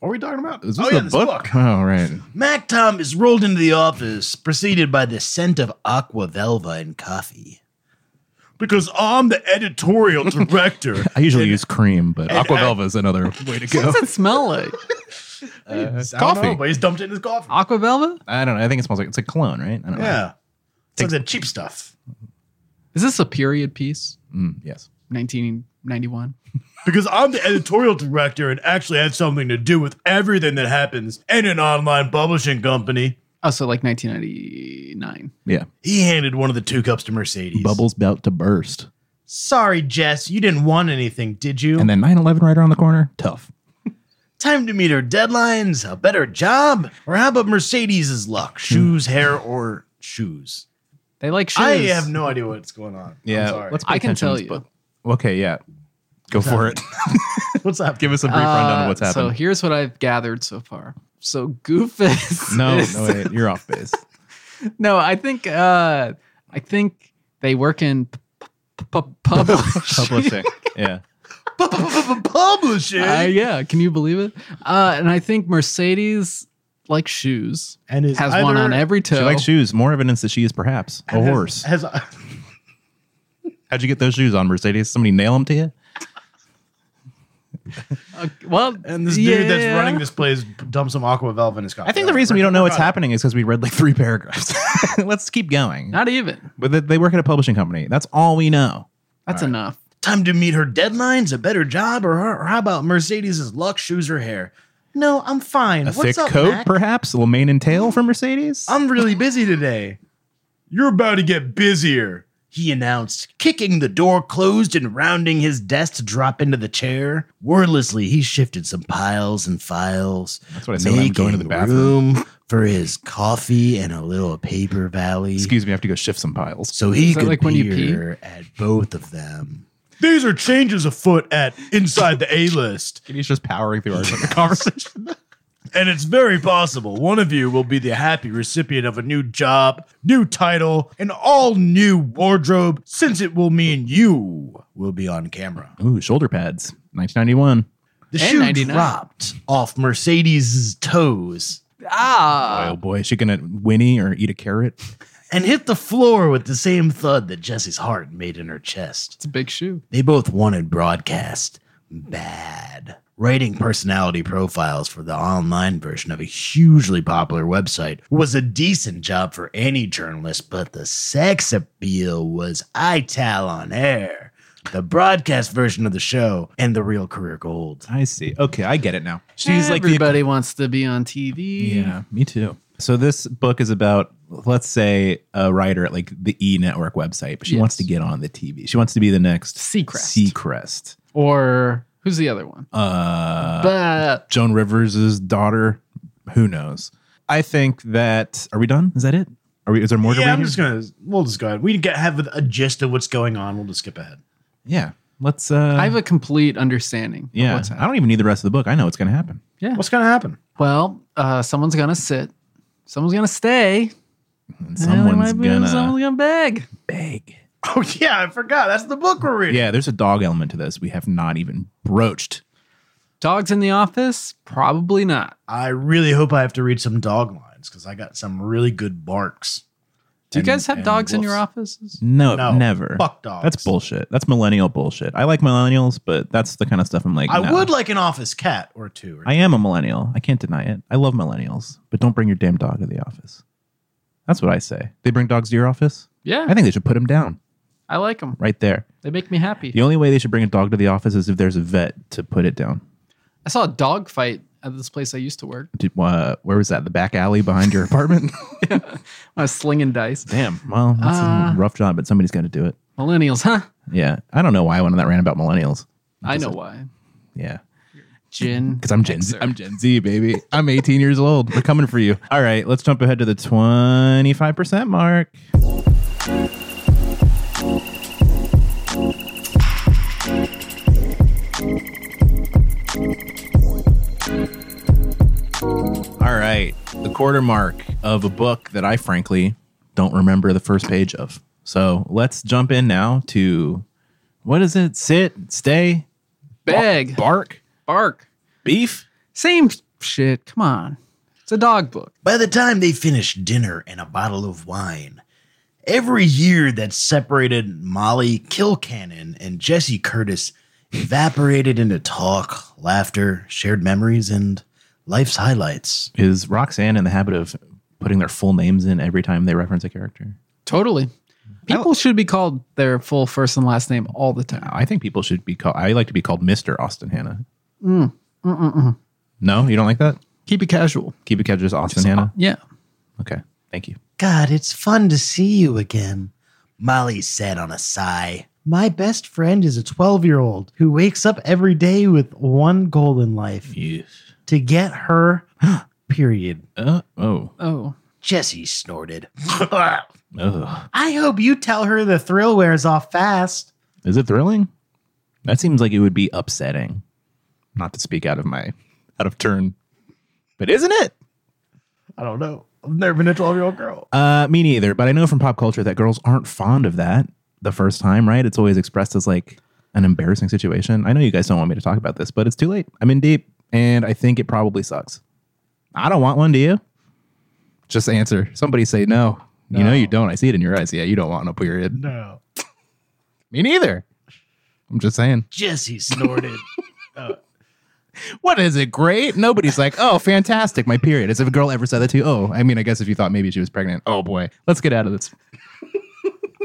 S2: What are we talking about?
S4: Oh,
S1: Is this the book? Oh right.
S4: Mac Thomas rolled into the office, preceded by the scent of aqua velva and coffee.
S2: Because I'm the editorial director.
S1: I usually use cream, but Aquavelva is another way to
S3: what
S1: go.
S3: does it smell like?
S2: I don't
S1: coffee.
S2: know, but he's dumped it in his coffee.
S3: Aquavelva?
S1: I don't know. I think it smells like it's a cologne, right? I don't know.
S2: Yeah. It's like the cheap stuff.
S3: Is this a period piece?
S1: Mm, yes.
S3: 1991.
S4: Because I'm the editorial director and actually have something to do with everything that happens in an online publishing company.
S3: Oh, so like 1999.
S1: Yeah.
S4: He handed one of the two cups to Mercedes.
S1: Bubbles about to burst.
S2: Sorry, Jess, you didn't want anything, did you?
S1: And then 9 11 right around the corner. Tough.
S4: Time to meet our deadlines, a better job, or how about Mercedes's luck? Shoes, hair, or shoes?
S3: They like shoes.
S4: I have no idea what's going on. I'm
S1: Yeah.
S4: sorry.
S1: Let's pay
S3: I can
S1: attention to
S3: tell
S1: this
S3: you.
S1: book. Okay. Yeah. Go for it.
S2: What's up?
S1: Give us a brief rundown
S3: Uh,
S1: of what's
S3: So
S1: happening.
S3: here's what I've gathered so far. So Goofus.
S1: no,
S3: is-
S1: no, wait, you're off base.
S3: no. I think uh, I think they work in p- p- p- publishing.
S1: Publishing. Yeah.
S4: Publishing.
S3: Uh, yeah, can you believe it? Uh, and I think Mercedes, like shoes,
S2: And is
S3: has one
S2: either-
S3: on every toe.
S1: She likes shoes. More evidence that she is perhaps a
S2: has-
S1: horse.
S2: Has,
S1: How'd you get those shoes on, Mercedes? Somebody nail them to you?
S3: Uh, well,
S4: And this dude that's
S3: yeah.
S4: running
S2: this plays dumps some aqua velve in his coffee.
S1: I think the reason we don't know what's happening is because we read like three paragraphs. Let's keep going.
S3: Not even.
S1: But they- they work at a publishing company. That's all we know.
S3: That's enough.
S4: Time to meet her deadlines, a better job, or, or how about Mercedes's luck, shoes, or hair?
S2: No, I'm fine.
S1: A
S2: What's
S1: thick
S2: up,
S1: coat,
S2: Mac?
S1: perhaps? A little mane and tail for Mercedes?
S4: I'm really busy today. You're about to get busier, he announced, kicking the door closed and rounding his desk to drop into the chair. Wordlessly, he shifted some piles and files.
S1: That's what I say when I'm going to the
S4: making
S1: bathroom.
S4: Room for his coffee and a little paper valley.
S1: Excuse me, I have to go shift some piles.
S4: so he
S3: that
S4: could
S3: like
S4: like
S3: when you
S4: peer at both of them. These are changes afoot at Inside the A List.
S1: And he's just powering through our conversation.
S4: And it's very possible one of you will be the happy recipient of a new job, new title, and all new wardrobe, since it will mean you will be on camera.
S1: Ooh, shoulder pads. 1991.
S4: The
S3: And
S4: shoe
S3: 99.
S4: dropped off Mercedes' toes
S3: Ah,
S1: oh boy, is she gonna whinny or eat a carrot?
S4: and hit the floor with the same thud that Jesse's heart made in her chest.
S3: it's a big shoe.
S4: They both wanted broadcast bad. Writing personality profiles for the online version of a hugely popular website was a decent job for any journalist, but the sex appeal was ital on air. The broadcast version of the show and the real career gold.
S1: I see. Okay, I get it now. She's like the
S3: everybody wants to be on TV.
S1: Yeah, me too. So this book is about, let's say, a writer at like the E Network website, but she
S3: Yes.
S1: wants to get on the TV. She wants to be the next
S3: Seacrest.
S1: Seacrest.
S3: Or who's the other one?
S1: Uh,
S3: but
S1: Joan Rivers' daughter. Who knows? I think that. Are we done? Is that it? Are we? Is there more to read?
S2: Yeah, I'm
S1: here?
S2: just gonna. We'll just go ahead. We get have a gist of what's going on. We'll just skip ahead.
S1: yeah. Let's. Uh,
S3: I have a complete understanding. of
S1: yeah.
S3: what's happening.
S1: I don't even need the rest of the book. I know what's going to happen.
S2: What's gonna happen?
S3: Well, uh, someone's gonna sit. Someone's gonna stay.
S1: And
S3: and there
S1: someone's
S3: might be-
S1: gonna
S3: Someone's gonna beg.
S1: beg.
S2: Oh yeah, I forgot. That's the book we're reading.
S1: Yeah. There's a dog element to this. We have not even broached.
S3: Dogs in the office? Probably not.
S2: I really hope I have to read some dog lines because I got some really good barks.
S3: Do
S2: And-
S3: you guys have
S2: and
S3: dogs in your
S2: wolves.
S3: offices?
S1: No,
S2: No,
S1: never.
S2: Fuck dogs.
S1: That's bullshit. That's millennial bullshit. I like millennials, but that's the kind of stuff I'm like.
S2: I
S1: nah.
S2: would like an office cat or two. Or
S1: I am a millennial. I can't deny it. I love millennials, but don't bring your damn dog to the office. That's what I say. They bring dogs to your office. I
S3: Yeah,
S1: think they should put them down
S3: I like them.
S1: right there.
S3: They make me happy.
S1: The only way they should bring a dog to the office is if there's a vet to put it down.
S3: I saw a dog fight at this place I used to work.
S1: Did, uh, where was that? The back alley behind your apartment?
S3: I was slinging dice.
S1: damn. Well, that's
S3: Uh.
S1: a rough job, but somebody's got to do it.
S3: Millennials, huh?
S1: Yeah. I don't know why I went on that rant about millennials.
S3: I know why.
S1: Yeah.
S3: Gin.
S1: Because I'm Gen Z.
S3: Xer.
S1: I'm Gen Z, baby. I'm 18 years old. We're coming for you. All right, let's jump ahead to the 25% mark. All right, the quarter mark of a book that I frankly don't remember the first page of. So let's jump in now to what is it? Sit, stay,
S3: Beg.
S1: bark,
S3: Bark.
S1: beef?
S3: Same shit. Come on. It's a dog book.
S4: By the time they finished dinner and a bottle of wine, every year that separated Molly Kilcannon and Jesse Curtis evaporated into talk, laughter, shared memories, and life's highlights.
S1: Is Roxanne in the habit of putting their full names in every time they reference a character?
S3: Totally. People should be called their full first and last name all the time.
S1: I think people should be called. I like to be called Mister Austin Hannah. No, you don't like that.
S3: Keep it casual.
S1: Keep it catches Austin Hannah.
S3: Yeah.
S1: Okay, thank you.
S5: God, it's fun to see you again, Molly said on a sigh.
S4: My best friend is a 12 year old who wakes up every day with one goal in life
S1: Yes.
S4: to get her period.
S1: Uh, oh.
S3: Oh.
S5: Jesse snorted.
S1: Ugh.
S4: I hope you tell her the thrill wears off fast.
S1: Is it thrilling? That seems like it would be upsetting. Not to speak out of my out of turn, but isn't it?
S6: I don't know. I've never been a 12 year old girl.
S1: Uh, me neither. But I know from pop culture that girls aren't fond of that the first time, right? It's always expressed as like an embarrassing situation. I know you guys don't want me to talk about this, but it's too late. I'm in deep, and I think it probably sucks. I don't want one. Do you? Just answer. Somebody say no. You know you don't. I see it in your eyes. Yeah, you don't want no period.
S6: No.
S1: Me neither. I'm just saying.
S5: Jesse snorted.
S1: What is it? Great. Nobody's like, oh, fantastic. My period. As if a girl ever said that to you. Oh, I mean, I guess if you thought maybe she was pregnant. Oh boy, let's get out of this.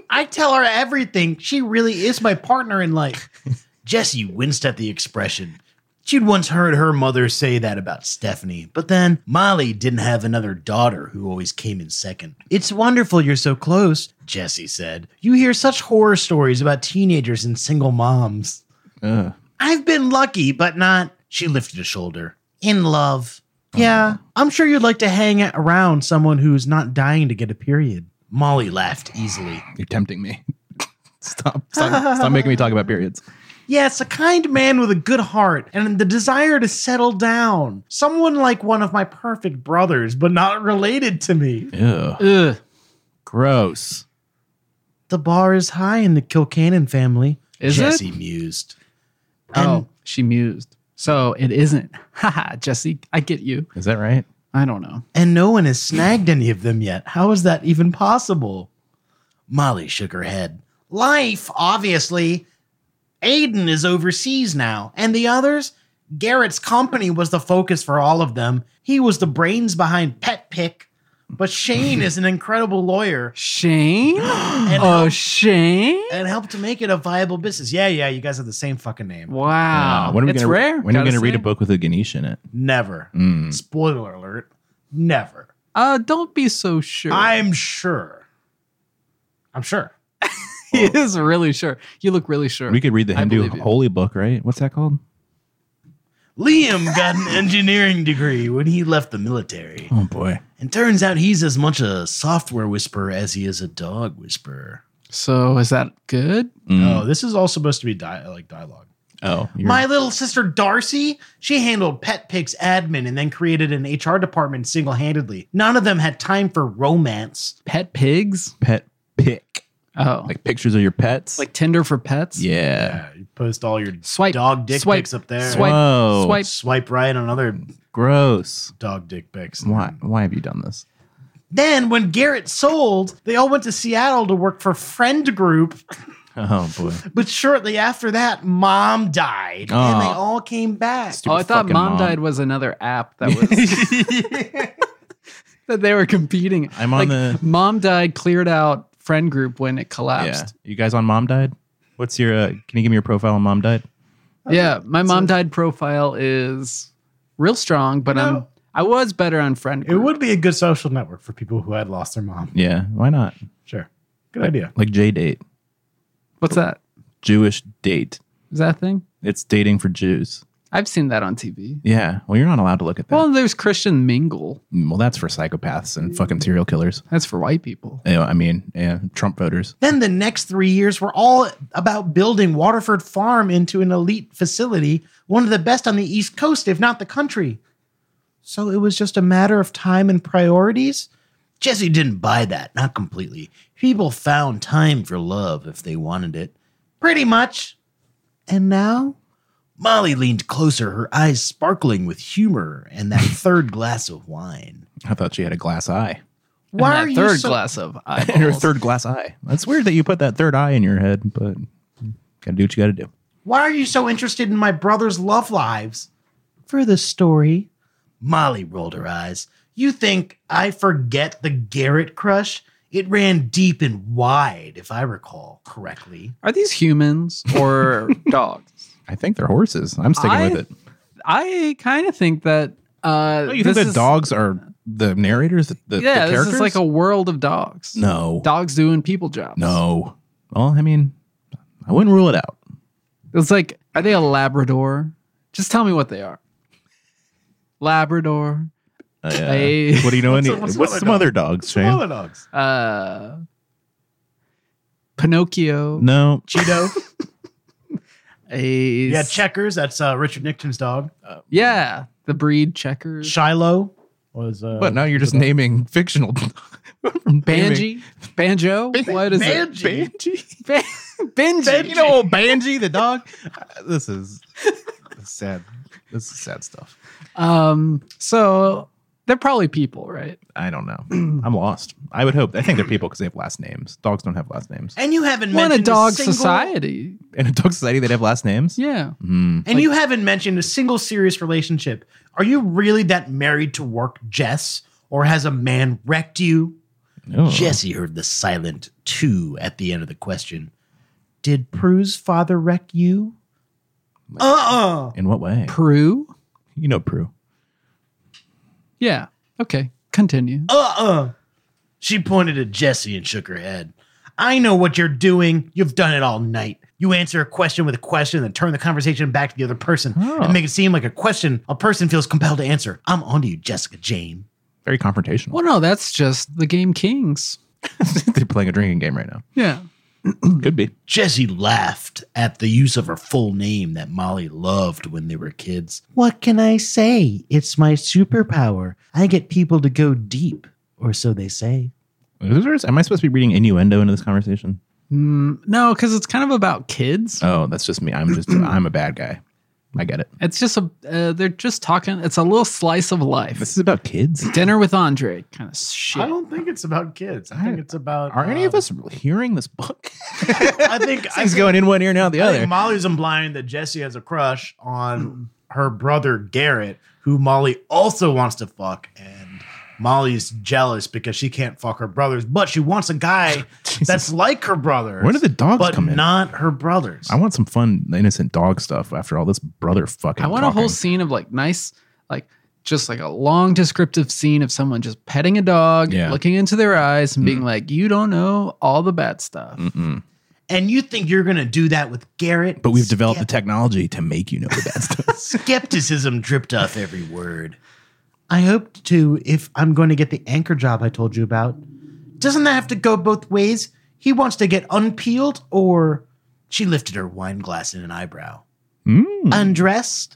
S4: I tell her everything. She really is my partner in life.
S5: Jesse winced at the expression. She'd once heard her mother say that about Stephanie, but then Molly didn't have another daughter who always came in second.
S4: It's wonderful you're so close.
S5: Jesse said,
S4: You hear such horror stories about teenagers and single moms.
S1: Ugh.
S4: I've been lucky, but not
S5: She lifted a shoulder.
S4: in love.
S3: Uh-huh.
S4: Yeah, I'm sure you'd like to hang around someone who's not dying to get a period.
S5: Molly laughed easily.
S1: You're tempting me. stop, stop, stop making me talk about periods.
S4: Yes, a kind man with a good heart and the desire to settle down. Someone like one of my perfect brothers, but not related to me.
S1: Ew,
S3: Ugh.
S1: gross.
S4: The bar is high in the Kilcannon family.
S3: Is
S5: Jesse
S3: it?
S5: mused.
S3: Oh, she mused. So it isn't. Haha, Jesse, I get you.
S1: Is that right?
S3: I don't know.
S4: And no one has snagged any of them yet. How is that even possible?
S5: Molly shook her head.
S4: Life, obviously. Aiden is overseas now, and the others? Garrett's company was the focus for all of them. He was the brains behind Pet Pick, but Shane is an incredible lawyer
S3: Shane? oh, Shane?
S4: and helped to make it a viable business. Yeah, yeah, you guys have the same fucking name.
S3: Wow.
S1: Uh, when are we
S3: it's
S1: gonna,
S3: rare.
S1: When are we
S3: gotta
S1: going to read
S3: say.
S1: a book with a Ganesh in it?
S4: Never.
S1: Mm.
S4: Spoiler alert. Never.
S3: Uh, don't be so sure.
S4: I'm sure. I'm sure.
S3: he is really sure. You look really sure.
S1: Mm. We could read the
S3: I
S1: Hindu
S3: believe you.
S1: holy book, right? What's that called?
S5: Liam got an engineering degree when he left the military.
S1: Oh boy.
S5: And turns out he's as much a software whisperer as he is a dog whisperer.
S3: so is that good?
S6: No, Oh, this is all supposed to be di- like dialogue.
S1: Mm. Oh, you're-
S4: My little sister Darcy, she handled Pet Pig's admin and then created an HR department single handedly. None of them had time for romance.
S3: Pet pigs?
S1: pet pick,
S3: Oh. Like,
S1: like pictures of your pets.
S3: Tinder for pets?
S1: yeah.
S6: Yeah, you post all your
S3: Swipe.
S6: dog dick
S3: swipe,
S6: pics up there.
S3: Swipe.
S1: Whoa.
S3: Swipe.
S6: Swipe right on other
S1: Gross.
S6: dog dick pics.
S1: Why? Why have you done this?
S4: Then, when Garrett sold, they all went to Seattle to work for Friend Group.
S1: Oh boy.
S4: But shortly after that, mom died, and they
S1: Aw.
S4: all came back.
S1: Stupid
S3: Oh, I thought
S1: fucking
S3: Mom, Died was another app that was that they were competing.
S1: I'm on the-
S3: Mom Died cleared out friend group when it
S1: Yeah.
S3: collapsed.
S1: You guys on Mom Died? What's your? Uh, can you give me your profile on Mom Died?
S3: Yeah, my Mom Died profile is real strong, but I'm
S6: know-
S3: I was better on friend
S6: It
S3: group.
S6: would be a good social network for people who had lost their mom.
S1: Yeah. Why not?
S6: Sure. Good idea.
S1: Like J date,
S3: What's that?
S1: Jewish date.
S3: Is that a thing?
S1: It's dating for Jews.
S3: I've seen that on TV.
S1: Yeah. Well, you're not allowed to look at that.
S3: Well, there's Christian Mingle.
S1: Mm, Well, that's for psychopaths and fucking serial killers.
S3: That's for white people.
S1: You know, I mean, yeah, Trump voters.
S4: Then the next three years were all about building Waterford Farm into an elite facility, one of the best on the East Coast, if not the country. So it was just a matter of time and priorities.
S5: Jesse didn't buy that, not completely. People found time for love if they wanted it.
S4: Pretty much. And now?
S5: Molly leaned closer, her eyes sparkling with humor and that third glass of wine.
S1: I thought she had a glass eye.
S4: Why
S3: and
S4: are
S3: that
S4: you
S3: third
S4: so-
S3: glass of
S1: Her
S3: eyeballs.
S1: third glass eye. That's weird that you put that third eye in your head, but gotta do what you gotta do.
S4: Why are you so interested in my brother's love lives? For the story.
S5: Molly rolled her eyes.
S4: You think I forget the Garrett crush? It ran deep and wide, if I recall correctly.
S3: Are these humans or dogs?
S1: I think they're horses. I'm sticking
S3: I-
S1: with it.
S3: I kind of think that. Uh,
S1: Oh, you think
S3: this
S1: the
S3: is-
S1: dogs are the narrators? The, the, the
S3: yeah,
S1: characters?
S3: this is like a world of dogs.
S1: no,
S3: Dogs doing people jobs.
S1: no. Well, I mean, I wouldn't rule it out.
S3: It's like, are they a Labrador? Just tell me what they are. Labrador.
S1: Uh, yeah.
S3: Hey.
S1: What do you know? Any?
S7: What's- what's
S1: What's,
S7: other
S1: some
S7: dog?
S1: other dogs? Shane?
S7: Koala dogs.
S3: Uh, Pinocchio.
S1: No.
S7: Cheeto.
S3: A,
S7: yeah, Checkers. That's uh, Richard Nixon's dog.
S3: yeah, the breed checkers.
S7: Shiloh was. Uh,
S1: But now you're just naming fictional.
S3: Banji. Banjo. what is
S7: Banji.
S3: it? Ban- Benji.
S1: You know, old Banji the dog. Uh, This is this is sad. This is sad stuff.
S3: Um. So they're probably people, right?
S1: I don't know. I'm lost. I would hope. I think they're people because they have last names. Dogs don't have last names.
S4: And you haven't
S3: Well, in a
S4: mentioned
S3: dog
S4: single,
S3: society.
S1: In a dog society, they'd have last names.
S3: Yeah.
S1: Hmm.
S4: And you haven't mentioned a single serious relationship. Are you really that married to work, Jess? Or has a man wrecked you?
S1: No.
S4: Jesse heard the silent two at the end of the question. Did Prue's father wreck you? Uh uh
S1: In what way?
S3: Peru.
S1: You know, Prue.
S3: Yeah. Okay. Continue.
S4: Uh uh.
S8: She pointed at Jesse and shook her head.
S4: I know what you're doing. You've done it all night. You answer a question with a question, then turn the conversation back to the other person
S1: Oh.
S4: and make it seem like a question a person feels compelled to answer. I'm onto you, Jessica Jane.
S1: Very confrontational.
S3: Well, no, that's just the game Kings.
S1: they're playing a drinking game right now.
S3: Yeah.
S1: Could be.
S8: Jesse laughed at the use of her full name that Molly loved when they were kids.
S4: What can I say? It's my superpower. I get people to go deep, or so they say.
S1: Is there- Am I supposed to be reading innuendo into this conversation?
S3: Mm, no, because it's kind of about kids.
S1: Oh, that's just me. I'm just I'm a bad guy. I get it.
S3: It's just a. Uh, they're just talking. It's a little slice of life.
S1: This is about kids.
S3: Dinner with Andre kind of shit.
S7: I don't think it's about kids. I think it's about.
S1: Are any
S7: uh,
S1: of us hearing this book?
S7: I think I
S1: Things
S7: think-
S1: going in one ear and out the
S7: I
S1: other.
S7: think Molly's implying that Jesse has a crush on her brother Garrett, who Molly also wants to fuck, and Molly's jealous because she can't fuck her brothers, but she wants a guy that's like her brother.
S1: Where do the dogs
S7: but
S1: come in?
S7: not her brothers.
S1: I want some fun, innocent dog stuff after all this brother fucking.
S3: I want a whole
S1: talking.
S3: scene of like nice, like just like a long descriptive scene of someone just petting a dog,
S1: Yeah. Mm-hmm.
S3: looking into their eyes, and being like, "You don't know all the bad stuff."
S1: Mm-mm.
S4: And you think you're going to do that with Garrett?
S1: But we've developed the technology to make you know the bad stuff.
S8: Skepticism dripped off every word.
S4: I hope to if I'm going to get the anchor job I told you about. Doesn't that have to go both ways? He wants to get unpeeled or she lifted her wine glass in an eyebrow.
S1: Mm.
S4: Undressed?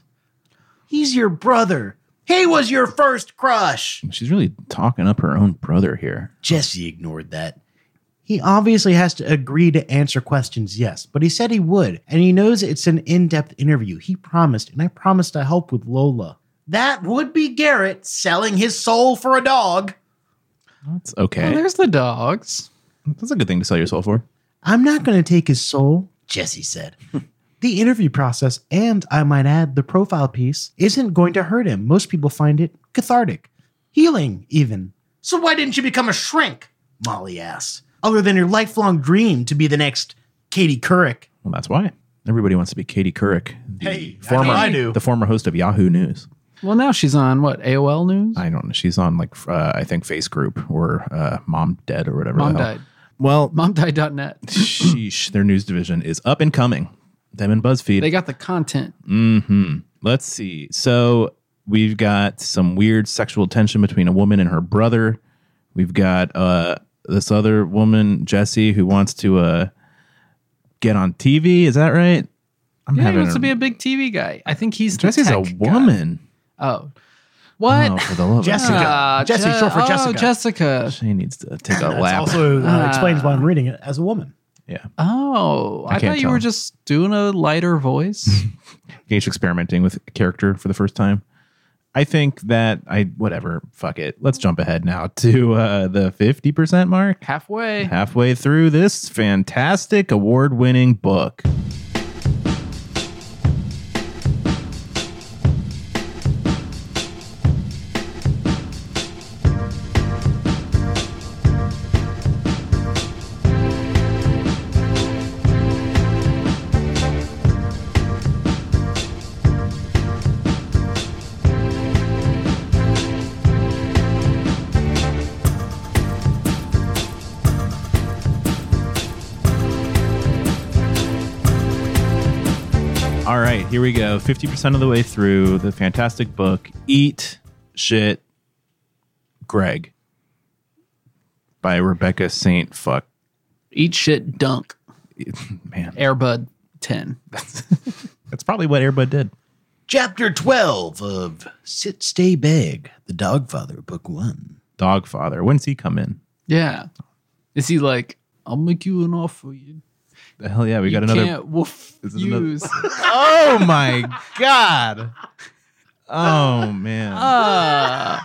S4: He's your brother. He was your first crush.
S1: She's really talking up her own brother here.
S8: Jesse ignored that.
S4: He obviously has to agree to answer questions, yes, but he said he would, and he knows it's an in depth interview. He promised, and I promised to help with Lola. That would be Garrett selling his soul for a dog.
S1: That's
S3: Well,
S1: okay.
S3: there's the dogs.
S1: That's a good thing to sell your soul for.
S4: I'm not going to take his soul.
S8: Jesse said.
S4: The interview process, and I might add the profile piece, isn't going to hurt him. Most people find it cathartic, healing, even.
S8: So why didn't you become a shrink?
S4: Molly asked, other than your lifelong dream to be the next Katie Couric.
S1: Well, that's why everybody wants to be Katie Couric, the
S7: Hey, I
S1: former
S7: know I do.
S1: the former host of Yahoo News.
S3: Well, now she's on what AOL News.
S1: I don't know. She's on like f- uh, I think Face Group or uh, Mom Dead or whatever.
S3: Mom
S1: the hell.
S3: died.
S1: Well,
S3: Momdied.net.
S1: sheesh, their news division is up and coming. Them and BuzzFeed.
S3: They got the content.
S1: Hmm. Let's see. So we've got some weird sexual tension between a woman and her brother. We've got uh, this other woman, Jessie, who wants to uh, get on TV. Is that right? I'm
S3: Yeah, he wants
S1: a-
S3: to be a big TV guy. I think he's the
S1: Jesse's a
S3: tech guy.
S1: woman.
S3: Oh, what?
S1: Oh, for the love
S7: Jessica.
S1: of
S3: Ah,
S7: Jesse,
S3: Je-
S7: short for
S3: oh,
S7: Jessica.
S3: Jessica.
S1: God. She needs to take a
S7: That's
S1: lap.
S7: also uh,
S3: Ah.
S7: explains why I'm reading it as a woman.
S1: yeah.
S3: Oh, I,
S1: I can't
S3: thought you
S1: tell.
S3: were just doing a lighter voice.
S1: Gage experimenting with character for the first time. I think that I whatever, fuck it. Let's jump ahead now to uh, the 50% mark.
S3: Halfway.
S1: halfway through this fantastic award winning book. All right, here we go. 50% of the way through the fantastic book, Eat Shit Greg by Rebecca St. Fuck.
S3: Eat shit, dunk.
S1: Man,
S3: Airbud 10.
S1: that's probably what Airbud did.
S4: Chapter 12 of Sit, Stay, Beg, The Dogfather, Book 1.
S1: Dogfather. When's he come in?
S3: Yeah. Is he like, I'll make you an offer. You,
S1: The hell yeah, we
S3: you
S1: got another.
S3: can't woof
S1: This is another-
S3: use.
S1: Oh my God. Oh man.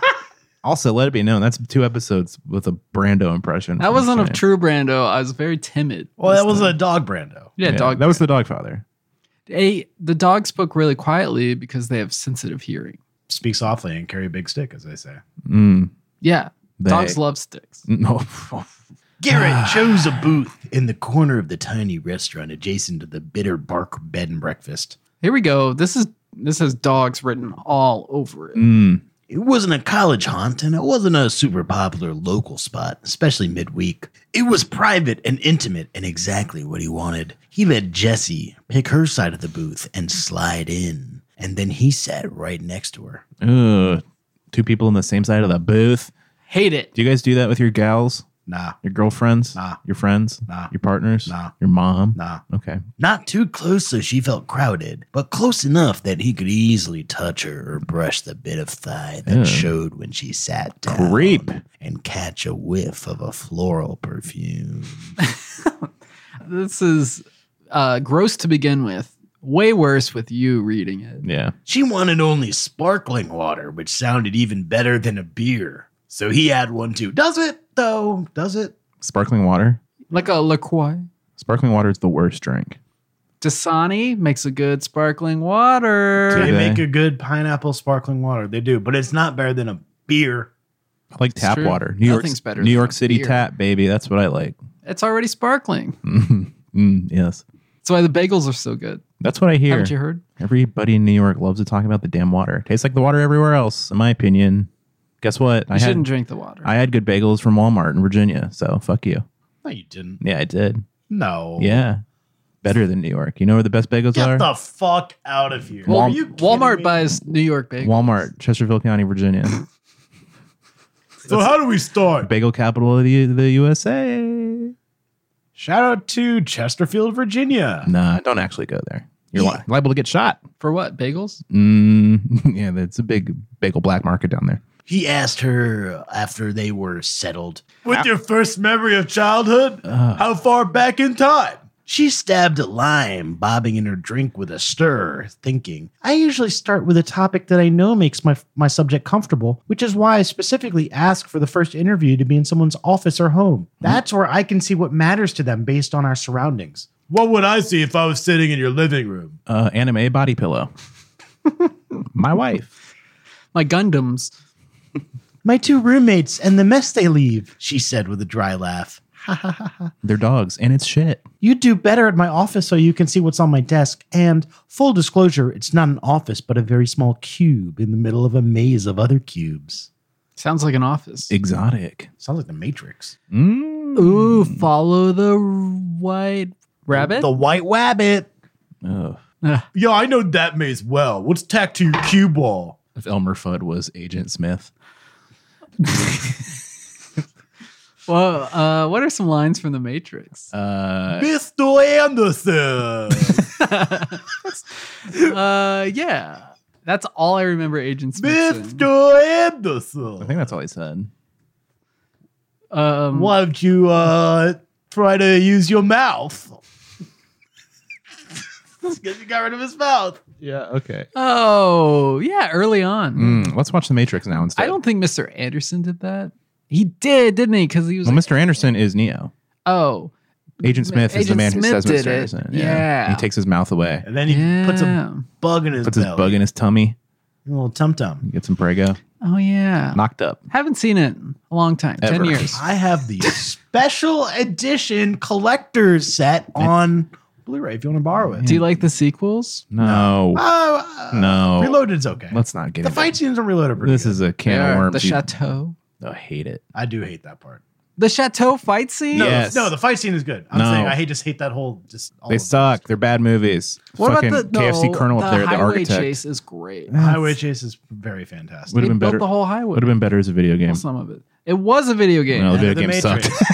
S3: Ah,
S1: also, let it be known that's two episodes with a Brando impression.
S3: that wasn't a true Brando. I was very timid.
S4: Well, that was a dog Brando.
S3: Yeah, dog.
S1: That was the Dogfather.
S3: Hey, the dog spoke really quietly because they have sensitive hearing.
S2: Speak softly and carry a big stick, as they say.
S1: Mm,
S3: Yeah,
S1: they-
S3: dogs love sticks.
S1: No.
S4: Garrett chose a booth in the corner of the tiny restaurant adjacent to the bitter bark bed and breakfast.
S3: Here we go. This is this has dogs written all over it.
S1: Mm.
S4: It wasn't a college haunt and it wasn't a super popular local spot, especially midweek. It was private and intimate and exactly what he wanted. He let Jessie pick her side of the booth and slide in, and then he sat right next to her.
S1: Ugh. Two people on the same side of the booth.
S3: Hate it.
S1: Do you guys do that with your gals,
S2: Nah,
S1: your girlfriends,
S2: Nah.
S1: your friends,
S2: Nah.
S1: your partners,
S2: Nah.
S1: your mom?
S2: nah.
S1: Okay.
S4: Not too close so she felt crowded, but close enough that he could easily touch her or brush the bit of thigh that
S1: Ew.
S4: showed when she sat down
S1: Creep.
S4: and catch a whiff of a floral perfume.
S3: This is uh, gross to begin with. Way worse with you reading it.
S1: Yeah.
S4: She wanted only sparkling water, which sounded even better than a beer. So he had one too. Does it, though? Does it?
S1: Sparkling water.
S3: Like a LaCroix.
S1: Sparkling water is the worst drink.
S3: Dasani makes a good sparkling water.
S2: They
S1: Do they?
S2: make a good pineapple sparkling water. They do, but it's not better than a beer.
S1: I like tap
S3: true.
S1: water. New York,
S3: Nothing's better
S1: New
S3: than
S1: York
S3: a
S1: City
S3: beer.
S1: tap, baby. That's what I like.
S3: It's already sparkling.
S1: Mm, yes.
S3: That's why the bagels are so good.
S1: That's what I hear.
S3: Haven't you heard?
S1: Everybody in New York loves to talk about the damn water. Tastes like the water everywhere else, in my opinion. Guess what?
S3: You
S1: I
S3: shouldn't
S1: had
S3: drink the water.
S1: I had good bagels from Walmart in Virginia, so fuck you.
S2: No, you didn't.
S1: Yeah, I did.
S2: No.
S1: Yeah. Better than New York. You know where the best bagels
S2: Get
S1: are?
S2: the fuck out of here.
S3: Wal-
S2: Are you kidding
S3: Walmart
S2: me?
S3: buys New York bagels.
S1: Walmart, Chesterfield County, Virginia.
S2: So how do we start?
S1: Bagel capital of the, the USA.
S2: Shout out to Chesterfield, Virginia.
S1: Nah, don't actually go there. You're li- liable to get shot.
S3: For what? Bagels?
S1: Mm, yeah, that's a big bagel black market down there.
S4: He asked her after they were settled. Uh.
S2: With your first memory of childhood, how far back in time?
S4: She stabbed a lime, bobbing in her drink with a stir, thinking, I usually start with a topic that I know makes my, my subject comfortable,
S9: which is why I specifically ask for the first interview to be in someone's office or home.
S2: Hmm.
S9: That's where I can see what matters to them based on our surroundings.
S2: What would I see if I was sitting in your living room?
S1: Uh, anime body pillow. My wife.
S3: My Gundams.
S9: My two roommates and the mess they leave.
S4: she said with a dry laugh.
S1: They're dogs, and it's shit.
S9: You do better at my office so you can see what's on my desk. And full disclosure, it's not an office, but a very small cube in the middle of a maze of other cubes.
S3: Sounds like an office.
S1: Exotic.
S2: Sounds like the Matrix.
S1: Mm.
S3: Ooh, follow the white rabbit.
S4: The white wabbit.
S1: Ugh.
S2: Yo, I know that maze well. What's tacked to your cue ball?
S1: If Elmer Fudd was Agent Smith.
S3: Well, uh, what are some lines from The Matrix?
S1: Uh,
S2: Mr. Anderson.
S3: Uh, yeah, that's all I remember. Agent Smith.
S2: Mr.
S1: I
S2: Anderson.
S1: think that's all he said.
S3: Um,
S2: Why don't you uh, try to use your mouth? Because you got rid of his mouth.
S1: Yeah, okay.
S3: Oh, yeah, early on.
S1: Mm, let's watch The Matrix now instead.
S3: I don't think Mr. Anderson did that. He did, didn't he? Because he was.
S1: well,
S3: like,
S1: Mr. Anderson is Neo.
S3: Oh,
S1: Agent Smith is the
S3: Agent
S1: man who
S3: Smith
S1: says
S3: did
S1: Mr.
S3: it.
S1: Anderson.
S3: Yeah.
S1: He takes his mouth away,
S2: And then he puts a
S3: yeah.
S2: bug in his
S1: puts his
S2: belly.
S1: bug in his tummy,
S2: A little tum tum.
S1: gets some Prego,
S3: Oh yeah.
S1: knocked up.
S3: Haven't seen it in a long time. Ten
S1: Ever.
S3: years.
S4: I have the special edition collector's set on
S2: Blu-ray if you want to borrow it.
S3: Do you like the sequels?
S1: No.
S2: Uh, uh,
S1: No.
S2: Reloaded's okay.
S1: Let's not get
S2: the
S1: into
S2: fight scenes are reloaded.
S1: This is a can
S3: They
S1: of
S3: are.
S1: worms. You-
S3: The chateau.
S1: I hate it.
S2: I do hate that part.
S3: the chateau fight scene.
S10: No,
S1: Yes.
S10: no, the fight scene is good. I'm
S1: No.
S10: saying I hate just hate that whole just all
S1: They
S10: of it.
S1: suck. They're bad movies.
S3: What
S1: Fucking
S3: about the
S1: KFC
S3: no,
S1: Colonel up there, the
S3: highway
S1: architect.
S3: chase is great.
S10: Highway Chase is very fantastic.
S1: Would've
S3: They
S1: been
S3: built
S1: better-
S3: the whole highway.
S1: Would have been better as a video game.
S3: Well, some of it. It was a video game.
S1: No, the
S10: Yeah,
S1: video game
S10: The
S1: sucked.
S10: Matrix.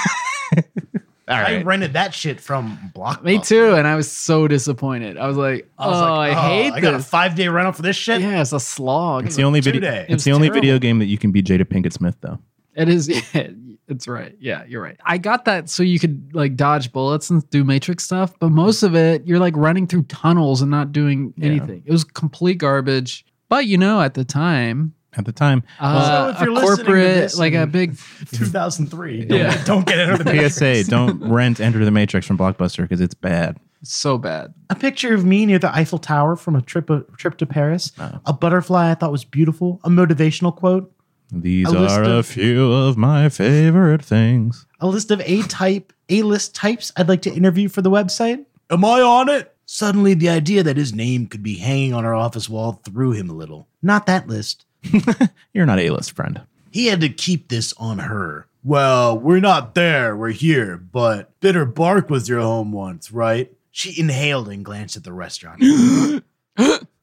S1: All
S10: I
S1: right.
S10: rented that shit from Blockbuster.
S3: Me too, and I was so disappointed. I was like, "Oh, I,
S10: was like, "Oh,
S3: hate
S10: I got a
S3: this."
S10: five day rental for this shit.
S3: yeah, it's a slog.
S1: It's the only video.
S10: Today.
S1: It's
S3: It was
S1: the only
S3: terrible.
S1: video game that you can be Jada Pinkett Smith though.
S3: It is. Yeah, it's right. Yeah, you're right. I got that so you could like dodge bullets and do matrix stuff, but most of it you're like running through tunnels and not doing
S1: Yeah.
S3: anything. It was complete garbage. But you know, at the time,
S1: At the time,
S3: uh,
S10: if you're
S3: a
S10: listening to
S3: corporate
S10: this mm-hmm.
S3: like a
S10: and-
S3: big
S10: 2003.
S3: Yeah.
S10: Don't, don't get into the Matrix.
S1: PSA: Don't rent Enter the Matrix from Blockbuster because it's bad.
S3: so bad.
S10: A picture of me near the Eiffel Tower from a trip a trip to Paris.
S1: Oh.
S10: A butterfly I thought was beautiful. A motivational quote.
S1: These
S10: A list
S1: are a
S10: of-
S1: few of my favorite things.
S10: A list of A type A list types I'd like to interview for the website.
S2: Am I on it? Suddenly, the idea that his name could be hanging on our office wall threw him a little.
S4: Not that list.
S1: You're not a list friend.
S2: He had to keep this on her. Well, we're not there, we're here, but Bitter Bark was your home once, right?
S4: She inhaled and glanced at the restaurant.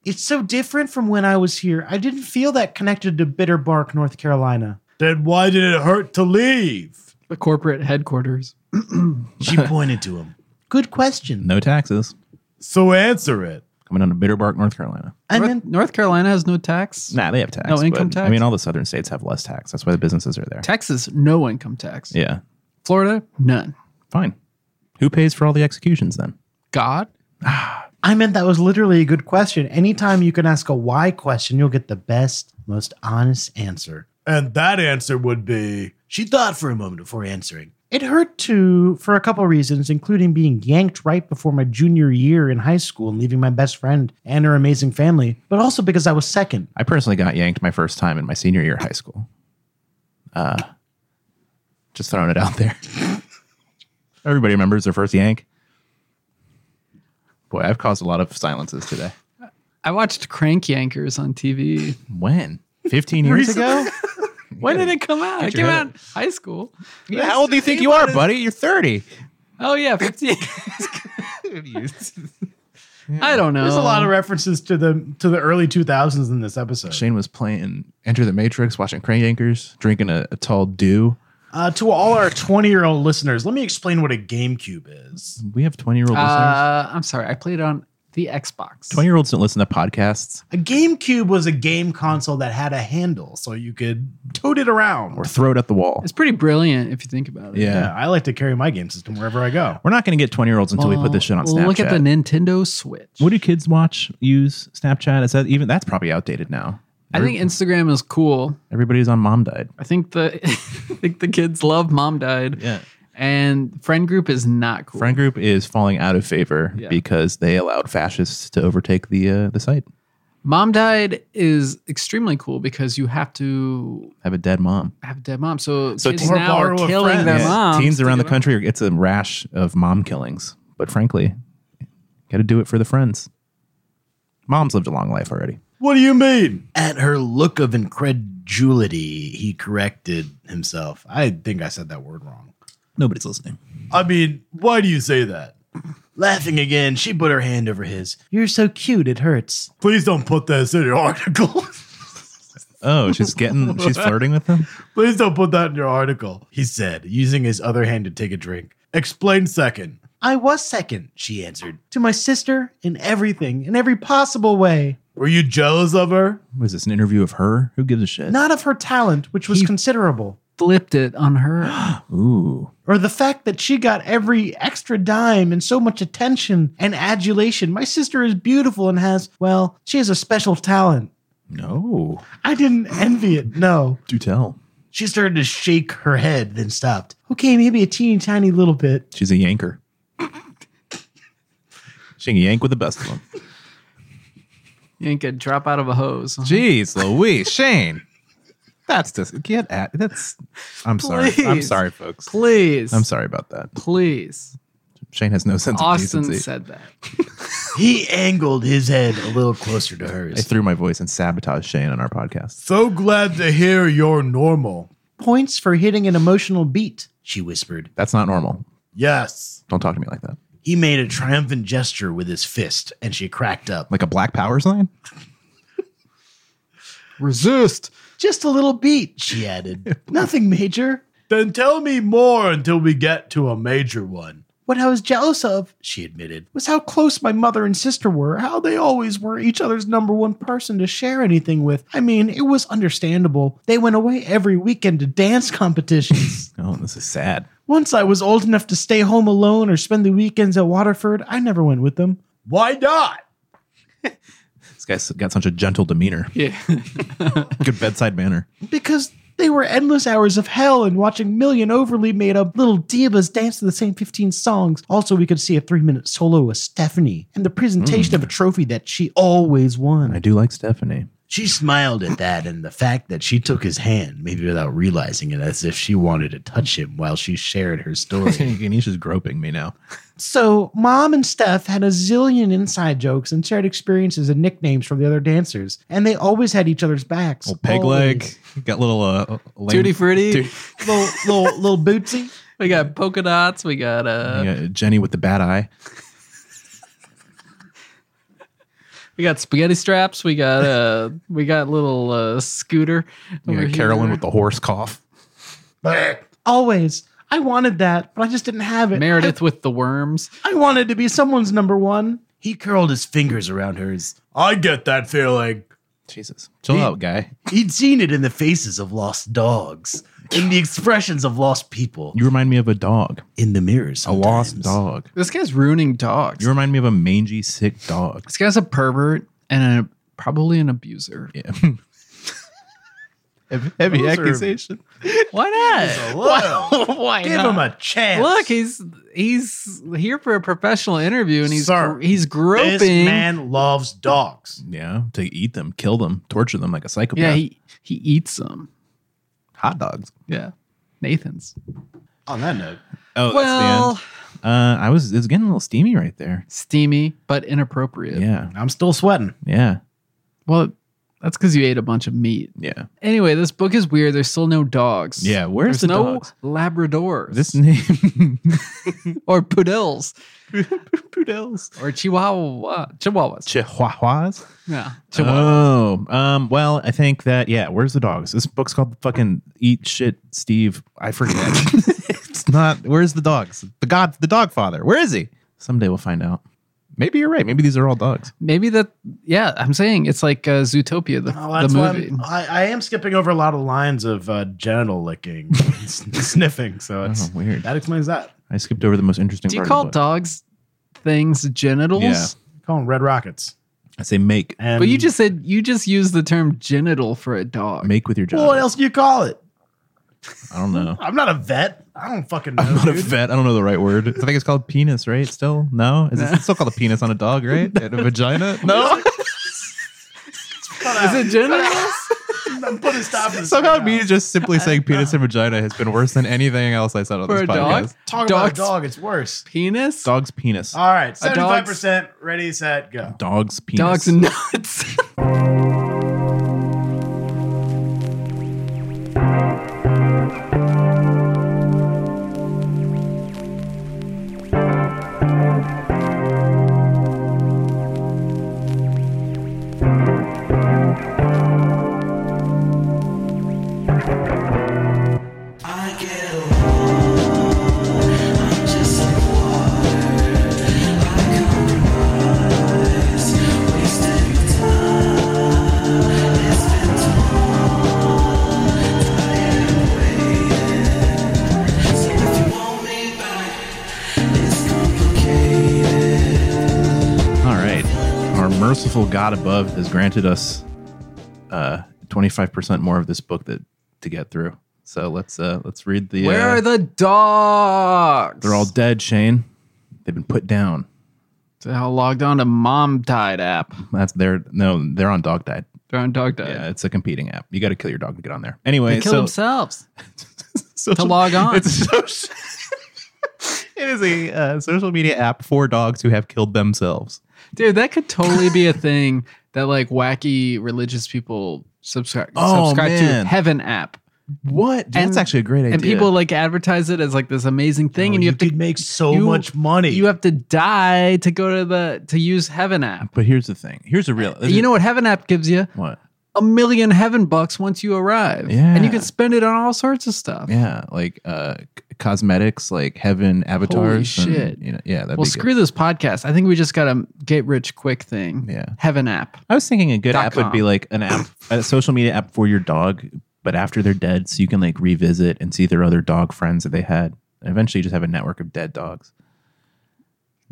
S4: it's so different from when I was here. I didn't feel that connected to Bitter Bark, North Carolina.
S2: Then why did it hurt to leave?
S3: The corporate headquarters.
S2: She pointed to him.
S4: Good question.
S1: No taxes.
S2: So answer it.
S1: Coming down to Bitterbark, North Carolina.
S4: And
S3: North,
S4: then
S3: North Carolina has no tax.
S1: Nah, they have tax.
S3: No income
S1: but,
S3: tax?
S1: I mean, all the southern states have less tax. That's why the businesses are there.
S3: Texas, no income tax.
S1: Yeah,
S3: Florida, none.
S1: fine. Who pays for all the executions then?
S3: God,
S4: I meant that was literally a good question. Anytime you can ask a why question, you'll get the best, most honest answer.
S2: And that answer would be
S4: She thought for a moment before answering. It hurt to for a couple reasons, including being yanked right before my junior year in high school and leaving my best friend and her amazing family, but also because I was second.
S1: I personally got yanked my first time in my senior year of high school. Uh, just throwing it out there. Everybody remembers their first yank. Boy, I've caused a lot of silences today.
S3: I watched Crank Yankers on TV.
S1: When? 15 years ago?
S3: When did it come out? It
S1: your
S3: came
S1: head
S3: out in high school.
S1: Yeah, how old do you think you are, buddy? You're 30.
S3: Oh yeah, 15. I don't know.
S10: There's a lot of references to the to the early 2000s in this episode.
S1: Shane was playing Enter the Matrix, watching Crank Anchors, drinking a, a tall dew.
S10: Uh, to all our 20 year old listeners, let me explain what a GameCube is.
S1: We have 20 year old listeners.
S3: Uh, I'm sorry. I played on the Xbox.
S1: 20 year olds don't listen to podcasts
S10: A GameCube was a game console that had a handle so you could tote it around.
S1: or throw it at the wall.
S3: It's pretty brilliant if you think about it.
S1: Yeah.
S10: Yeah, I like to carry my game system wherever I go.
S1: We're not going to get 20 year olds until we put this shit on Snapchat.
S3: Look at the Nintendo Switch.
S1: What do kids watch? Use Snapchat? Is that even that's probably outdated now?
S3: I think Instagram is cool.
S1: Everybody's on Mom Died.
S3: I think the I think the kids love Mom Died.
S1: Yeah.
S3: And friend group is not cool.
S1: Friend group is falling out of favor
S3: Yeah.
S1: because they allowed fascists to overtake the uh, the site.
S3: Mom Died is extremely cool because you have to
S1: Have a dead mom.
S3: have a dead mom. So,
S1: So
S3: kids
S1: teens-
S3: now
S10: Or
S3: are
S10: borrow a
S3: killing
S10: friend.
S3: their
S10: Yeah.
S3: moms.
S1: Teens
S3: to
S1: around the
S3: get
S1: country are it's a rash of mom killings. But frankly, got to do it for the friends. Mom's lived a long life already.
S2: What do you mean?
S10: At her look of incredulity, he corrected himself. I think I said that word wrong.
S1: Nobody's listening.
S2: I mean, why do you say that?
S4: Laughing again, she put her hand over his. You're so cute, it hurts.
S2: Please don't put this in your article.
S1: Oh, she's getting she's flirting with him.
S2: Please don't put that in your article, he said, using his other hand to take a drink. Explain second.
S4: I was second, she answered, to my sister in everything, in every possible way.
S2: Were you jealous of her?
S1: Was this an interview of her? Who gives a shit?
S4: Not of her talent, which was considerable,
S3: flipped it on her.
S1: Ooh,
S4: or the fact that she got every extra dime and so much attention and adulation. My sister is beautiful and has, well, she has a special talent.
S1: no.
S4: I didn't envy it, no.
S1: Do tell.
S4: She started to shake her head, then stopped. Okay, maybe a teeny tiny little bit.
S1: She's a yanker. she can yank with the best of them.
S3: You ain't gonna drop out of a hose. huh?
S1: Jeez, Louise, Shane. That's just get at that's I'm sorry. I'm
S3: Please.
S1: sorry, folks.
S3: Please.
S1: I'm sorry about that.
S3: Please.
S1: Shane has no sense of
S3: Austin
S1: decency.
S3: said that.
S2: He angled his head a little closer to hers.
S1: I threw my voice and sabotaged Shane on our podcast.
S2: So glad to hear you're normal.
S4: Points for hitting an emotional beat. she whispered.
S1: That's not normal.
S4: Yes.
S1: Don't talk to me like that.
S4: He made a triumphant gesture with his fist, and she cracked up.
S1: Like a black power sign?
S3: Resist.
S4: Just a little beat, she added. Nothing major.
S2: Then tell me more until we get to a major one.
S4: What I was jealous of, she admitted, was how close my mother and sister were, how they always were each other's number one person to share anything with. I mean, it was understandable. They went away every weekend to dance competitions.
S1: Oh, this is sad.
S4: Once I was old enough to stay home alone or spend the weekends at Waterford, I never went with them.
S2: Why not?
S1: This guy's got such a gentle demeanor.
S3: Yeah.
S1: Good bedside manner.
S4: Because they were endless hours of hell and watching million overly made up little divas dance to the same 15 songs. Also, we could see a three minute solo with Stephanie and the presentation of a trophy that she always
S1: I
S4: won.
S1: do like Stephanie.
S4: She smiled at that and the fact that she took his hand, maybe without realizing it, as if she wanted to touch him while she shared her story.
S1: Ganesha's groping me now.
S4: so, Mom and Steph had a zillion inside jokes and shared experiences and nicknames from the other dancers, and they always had each other's backs.
S1: Little peg leg.
S4: always.
S1: Got little uh lame-
S3: Tutti frutti.
S1: Dude.
S4: little, little, little bootsy.
S3: We got polka dots. We got uh.
S1: Yeah, Jenny with the bad eye.
S3: We got spaghetti straps. We got uh. we got little uh scooter.
S1: You
S3: over
S1: got Carolyn
S3: here.
S1: with the horse cough.
S4: Always. I wanted that, but I just didn't have it.
S3: Meredith with the worms.
S4: I wanted to be someone's number one.
S9: He curled his fingers around hers.
S2: I get that feeling.
S1: Jesus. Chill out, guy.
S9: He'd seen it in the faces of lost dogs, in the expressions of lost people,
S1: You remind me of a dog.
S9: in the mirrors.
S1: A lost dog.
S3: This guy's ruining dogs.
S1: You remind me of a mangy, sick dog.
S3: this guy's a pervert and a, probably an abuser.
S1: Yeah. Heavy accusation.
S3: Why not? Why, why
S2: Give
S3: not?
S2: him a chance.
S3: Look, he's he's here for a professional interview, and he's
S2: Sir,
S3: he's
S2: this
S3: groping.
S2: man loves dogs.
S1: Yeah, to eat them, kill them, torture them like a psychopath.
S3: yeah, he he eats them.
S1: hot dogs.
S3: Yeah, Nathan's.
S2: On that note,
S1: Oh,
S3: well,
S1: that's the end. Uh, I was it was getting a little steamy right there.
S3: steamy but inappropriate.
S1: Yeah,
S2: I'm still sweating.
S1: yeah,
S3: Well, that's because you ate a bunch of meat.
S1: yeah,
S3: Anyway, this book is weird. There's still no dogs.
S1: yeah. Where's
S3: There's
S1: the
S3: no
S1: dogs?
S3: Labradors
S1: This name
S3: or poodles
S1: poodles,
S3: or Chihuahua Chihuahuas.
S1: chihuahuas.
S3: yeah,
S1: Oh, um. Well, I think that yeah. Where's the dogs? This book's called fucking Eat Shit, Steve. I forget. it's not. Where's the dogs? The God, the Dog Father. Where is he? Someday we'll find out. Maybe you're right. Maybe these are all dogs.
S3: Maybe that. Yeah, I'm saying it's like uh, Zootopia, the,
S2: Oh, that's
S3: the
S2: why
S3: movie.
S2: I'm- I, I am skipping over a lot of lines of uh, genital licking, and sniffing. So
S1: Oh,
S2: it's
S1: weird.
S2: that explains that.
S1: I skipped over the most interesting.
S3: Do you
S1: part
S3: call
S1: of the book.
S3: dogs things genitals?
S1: Yeah.
S2: Call them red rockets.
S1: I say make
S2: And
S3: But you just said you just used the term genital for a dog.
S1: make with your job.
S2: well, what else do you call it?
S1: I don't know.
S2: I'm not a vet. I don't fucking know.
S1: I'm not a
S2: dude.
S1: vet. I don't know the right word. I think it's called penis, right? Still? No? Is it still called a penis on a dog, right? And a vagina? No?
S3: Is it genitals?
S2: I'm putting a stop to this.
S1: Somehow
S2: right now.
S1: me just simply saying penis and vagina has been worse than anything else I said on
S3: For
S1: this
S3: a
S1: podcast.
S3: dog?
S2: talk
S3: Dogs.
S2: about a dog. It's worse.
S3: Penis?
S1: Dog's penis.
S3: Ah.
S2: All right,
S3: A
S2: seventy-five
S3: dog's-
S2: percent. Ready, set, go.
S1: Dog's penis.
S3: Dogs and nuts.
S1: All right. Our merciful God above has granted us uh, 25% more of this book that to get through. So let's uh, let's read the
S3: Where
S1: uh,
S3: are the dogs?
S1: They're all dead, Shane. They've been put down.
S3: They're all logged on to Mom Tide app.
S1: That's their no, they're on dog died.
S3: They're on Dog Tide.
S1: Yeah, it's a competing app. You got to kill your dog to get on there. Anyway,
S3: they kill
S1: so,
S3: themselves.
S1: social-
S3: to log on.
S1: It's a social, it is a uh, social media app for dogs who have killed themselves.
S3: Dude, that could totally be a thing that like wacky religious people subscribe
S1: Oh,
S3: subscribe
S1: man.
S3: to Heaven app.
S1: What? Dude,
S3: And-
S1: That's actually a great idea.
S3: and people like advertise it as like this amazing thing,
S2: Oh,
S3: and you, have to
S2: could make so
S3: you-
S2: much money.
S3: you have to die to go to the to use Heaven app.
S1: but here's the thing. Here's a real.
S3: Uh, You know what Heaven app gives you?
S1: what?
S3: A million Heaven bucks once you arrive, and you
S1: Yeah.
S3: can spend it on all sorts of stuff.
S1: Yeah, like uh, c- cosmetics, like heaven avatars. and,
S3: shit.
S1: you know, yeah, that'd
S3: well,
S1: be
S3: screw this podcast. I think we just got a get rich quick thing.
S1: Good. Yeah,
S3: Heaven app.
S1: I was thinking a good
S3: Dot
S1: app would be
S3: com.
S1: like an app, a social media app for your dog, but after they're dead, so you can like revisit and see their other dog friends that they had. And eventually, you just have a network of dead dogs.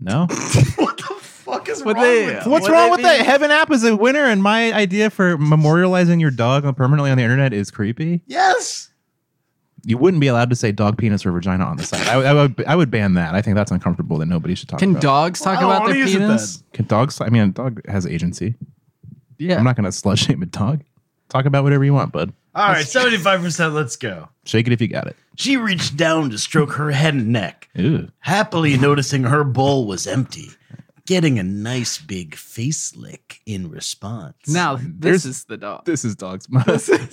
S1: No,
S9: what the fuck is
S3: What
S9: wrong
S3: they-
S9: with
S1: what's
S3: Would
S1: wrong
S3: they
S1: with
S3: be-
S1: that? Heaven app is a winner, and my idea for memorializing your dog permanently on the internet is creepy.
S9: Yes.
S1: You wouldn't be allowed to say dog penis or vagina on the site. I, I would, I would ban that. I think that's uncomfortable. That nobody should talk
S3: Can
S1: about.
S3: dogs
S2: Oh,
S3: talk about their penis?
S1: Can dogs? I mean, a dog has agency.
S3: Yeah.
S1: I'm not going to slut shame a dog. Talk about whatever you want, bud.
S2: All right,
S4: seventy five percent. Let's
S2: go.
S1: Shake it if you got it.
S4: She reached down to stroke her head and neck,
S1: Ooh.
S4: happily noticing her bowl was empty, getting a nice big face lick in response.
S3: now this
S1: There's-
S3: is the dog.
S1: This is dogs.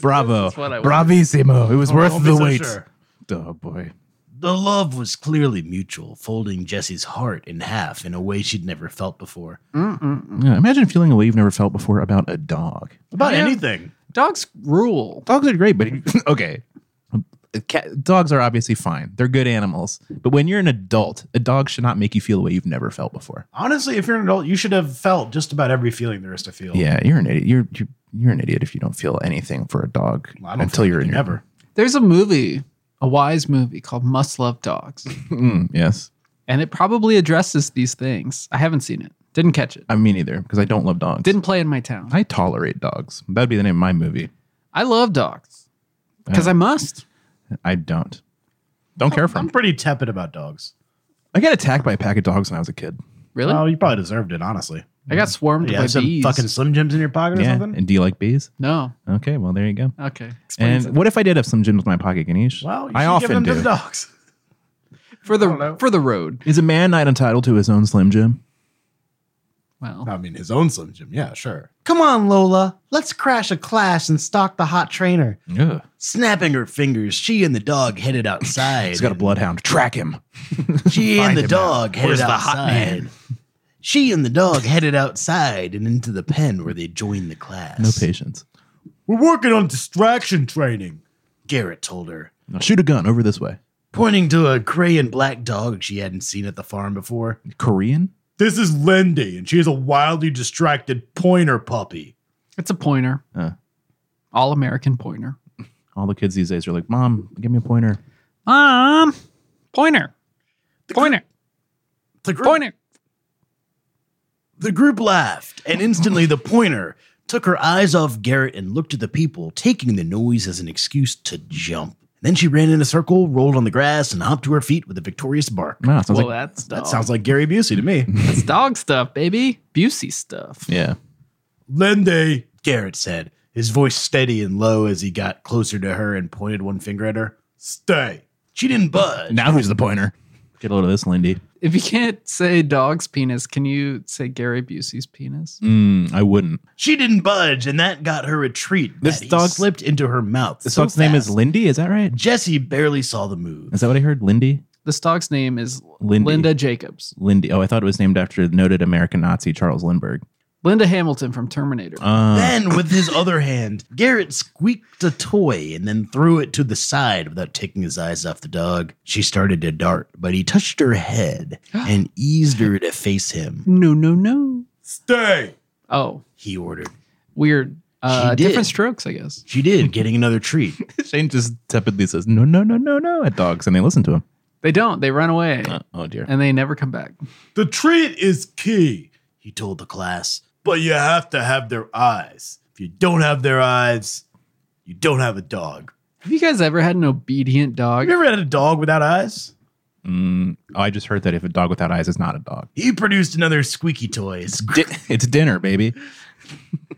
S1: Bravo.
S3: is what I wanted.
S1: Bravissimo. It was worth
S2: don't
S1: the
S2: be so
S1: wait.
S2: sure.
S1: Oh, boy.
S4: The love was clearly mutual, folding Jessie's heart in half in a way she'd never felt before.
S3: Mm-mm.
S1: Yeah, imagine feeling a way you've never felt before about a dog.
S2: About
S3: Yeah.
S2: anything.
S3: Dogs rule.
S1: Dogs are great, but okay. Cat, dogs are obviously fine. They're good animals. But when you're an adult, a dog should not make you feel a way you've never felt before.
S2: Honestly, if you're an adult, you should have felt just about every feeling there is to feel.
S1: Yeah, you're an idiot. You're, you're, you're an idiot if you don't feel anything for a dog
S2: Well, I don't
S1: until
S2: feel
S1: you're in
S2: anything
S1: your
S2: ever.
S3: There's a movie, a wise movie called Must Love Dogs,
S1: Mm, yes.
S3: and it probably addresses these things. I haven't seen it. Didn't catch it.
S1: I mean, either because I don't love dogs.
S3: Didn't play in my town.
S1: I tolerate dogs. That'd be the name of my movie.
S3: I love dogs because I must.
S1: I don't. Don't care for
S2: I'm
S1: them.
S2: pretty tepid about dogs.
S1: I got attacked by a pack of dogs when I was a kid.
S3: Really?
S2: Oh, you probably deserved it, honestly.
S3: I got swarmed
S2: You
S3: by
S2: have some
S3: bees.
S2: fucking Slim Jims in your pocket or
S1: Yeah.
S2: something?
S1: And do you like bees?
S3: no.
S1: Okay. Well, there you go.
S3: Okay. Explains
S1: And what if I did have some gyms in my pocket, Ganesh?
S2: Well, you
S1: I
S2: should
S1: often
S2: give them to
S1: do.
S2: the dogs.
S3: it. for the for the road.
S1: Is a man not entitled to his own Slim Jim?
S3: Well,
S2: I mean, his own Slim Jim. Yeah, sure.
S9: Come on, Lola. Let's crash a class and stalk the hot trainer.
S1: Yeah.
S4: Snapping her fingers, she and the dog headed outside.
S1: He's got a bloodhound. Track him.
S4: She and the dog headed
S9: Where's the hot
S4: outside. she and the dog headed outside and into the pen where they joined the class.
S1: No patience.
S2: We're working on distraction training.
S4: Garrett told her,
S1: Now shoot a gun over this way.
S4: pointing to a gray and black dog she hadn't seen at the farm before.
S1: Korean?
S2: This is Lindy, and she is a wildly distracted pointer puppy.
S3: it's a pointer.
S1: Uh.
S3: All American pointer.
S1: All the kids these days are like, Mom, give me a pointer.
S3: Um, pointer. Pointer.
S4: The group,
S3: Pointer.
S4: the group laughed, and instantly the pointer took her eyes off Garrett and looked at the people, taking the noise as an excuse to jump. Then she ran in a circle, rolled on the grass, and hopped to her feet with a victorious bark.
S1: No, sounds
S3: Well,
S1: like,
S3: that's
S2: That
S3: dog.
S2: sounds like Gary Busey to me.
S3: It's dog stuff, baby. Busey stuff.
S1: yeah.
S2: Lindy.
S4: Garrett said, his voice steady and low as he got closer to her and pointed one finger at her.
S2: Stay.
S4: She didn't
S2: uh,
S4: budge.
S1: Now who's the pointer? Get a load of this, Lindy.
S3: If you can't say dog's penis, can you say Gary Busey's penis?
S1: Mm, I wouldn't.
S4: She didn't budge, and that got her a treat.
S1: This
S4: that he
S1: dog's-
S4: slipped into her mouth.
S1: This
S4: so
S1: dog's name is
S4: fast.
S1: Lindy. Is that right?
S4: Jesse barely saw the move.
S1: Is that what I heard? Lindy?
S3: This dog's name is
S1: Lindy.
S3: Linda Jacobs.
S1: Lindy. Oh, I thought it was named after the noted American Nazi Charles Lindbergh.
S3: Linda Hamilton from Terminator.
S1: Uh,
S4: Then, with his other hand, Garrett squeaked a toy and then threw it to the side without taking his eyes off the dog. She started to dart, but he touched her head and eased her to face him.
S3: no, no, no.
S2: Stay.
S3: Oh,
S4: He ordered.
S3: weird. Uh,
S4: did.
S3: different strokes, I guess.
S4: She did, getting another treat.
S1: Shane just tepidly says, no, no, no, no, no at dogs, and they listen to him.
S3: They don't. They run away
S1: Uh, oh, dear.
S3: and they never come back.
S2: The treat is key,
S4: He told the class.
S2: but you have to have their eyes. If you don't have their eyes, you don't have a dog.
S3: Have you guys ever had an obedient dog?
S2: Have you ever had a dog without eyes?
S1: Mm, oh, I just heard that if a dog without eyes is not a dog,
S4: He produced another squeaky toy.
S1: Di- it's dinner, baby.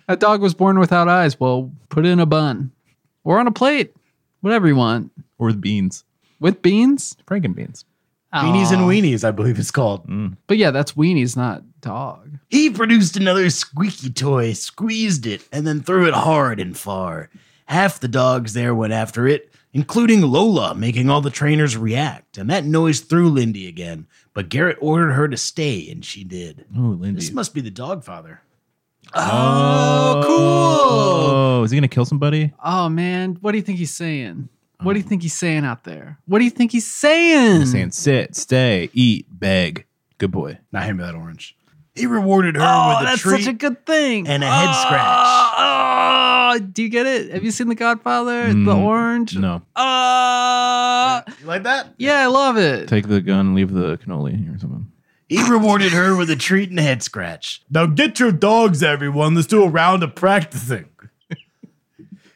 S3: That dog was born without eyes. Well, put it in a bun or on a plate, whatever you want,
S1: Or with beans,
S3: with beans.
S1: Franken beans.
S2: Beanies and
S3: Aw.
S2: weenies, I believe it's called.
S3: But yeah, that's weenies, not dog.
S4: He produced another squeaky toy, squeezed it, and then threw it hard and far. Half the dogs there went after it, including Lola making all the trainers react. And that noise threw Lindy again, but Garrett ordered her to stay, and she did.
S1: Oh, Lindy.
S4: This must be the dog father.
S1: Oh, is he gonna kill somebody?
S3: Oh man, what do you think he's saying? What do you think he's saying out there? What do you think he's saying?
S1: He's saying sit, stay, eat, beg. Good boy.
S2: Not hand me that orange.
S4: He rewarded her
S3: oh,
S4: with a
S3: that's
S4: treat.
S3: such a good thing.
S4: and a head
S3: Oh, oh, do you get it? Have you seen The Godfather? The
S1: Mm,
S3: orange?
S1: No,
S3: Oh,
S2: You like that?
S3: yeah, I love it.
S1: take the gun, leave the cannoli or something.
S4: he rewarded her with a treat and a head scratch.
S2: Now get your dogs, everyone. Let's do a round of practicing.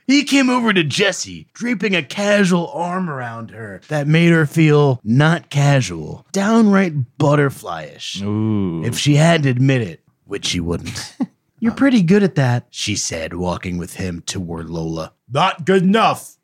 S4: He came over to Jessie, draping a casual arm around her that made her feel not casual, downright butterflyish.
S1: Ooh,
S4: If she had to admit it, which she wouldn't,
S9: You're pretty good at that.
S4: she said, walking with him toward Lola.
S2: Not good enough.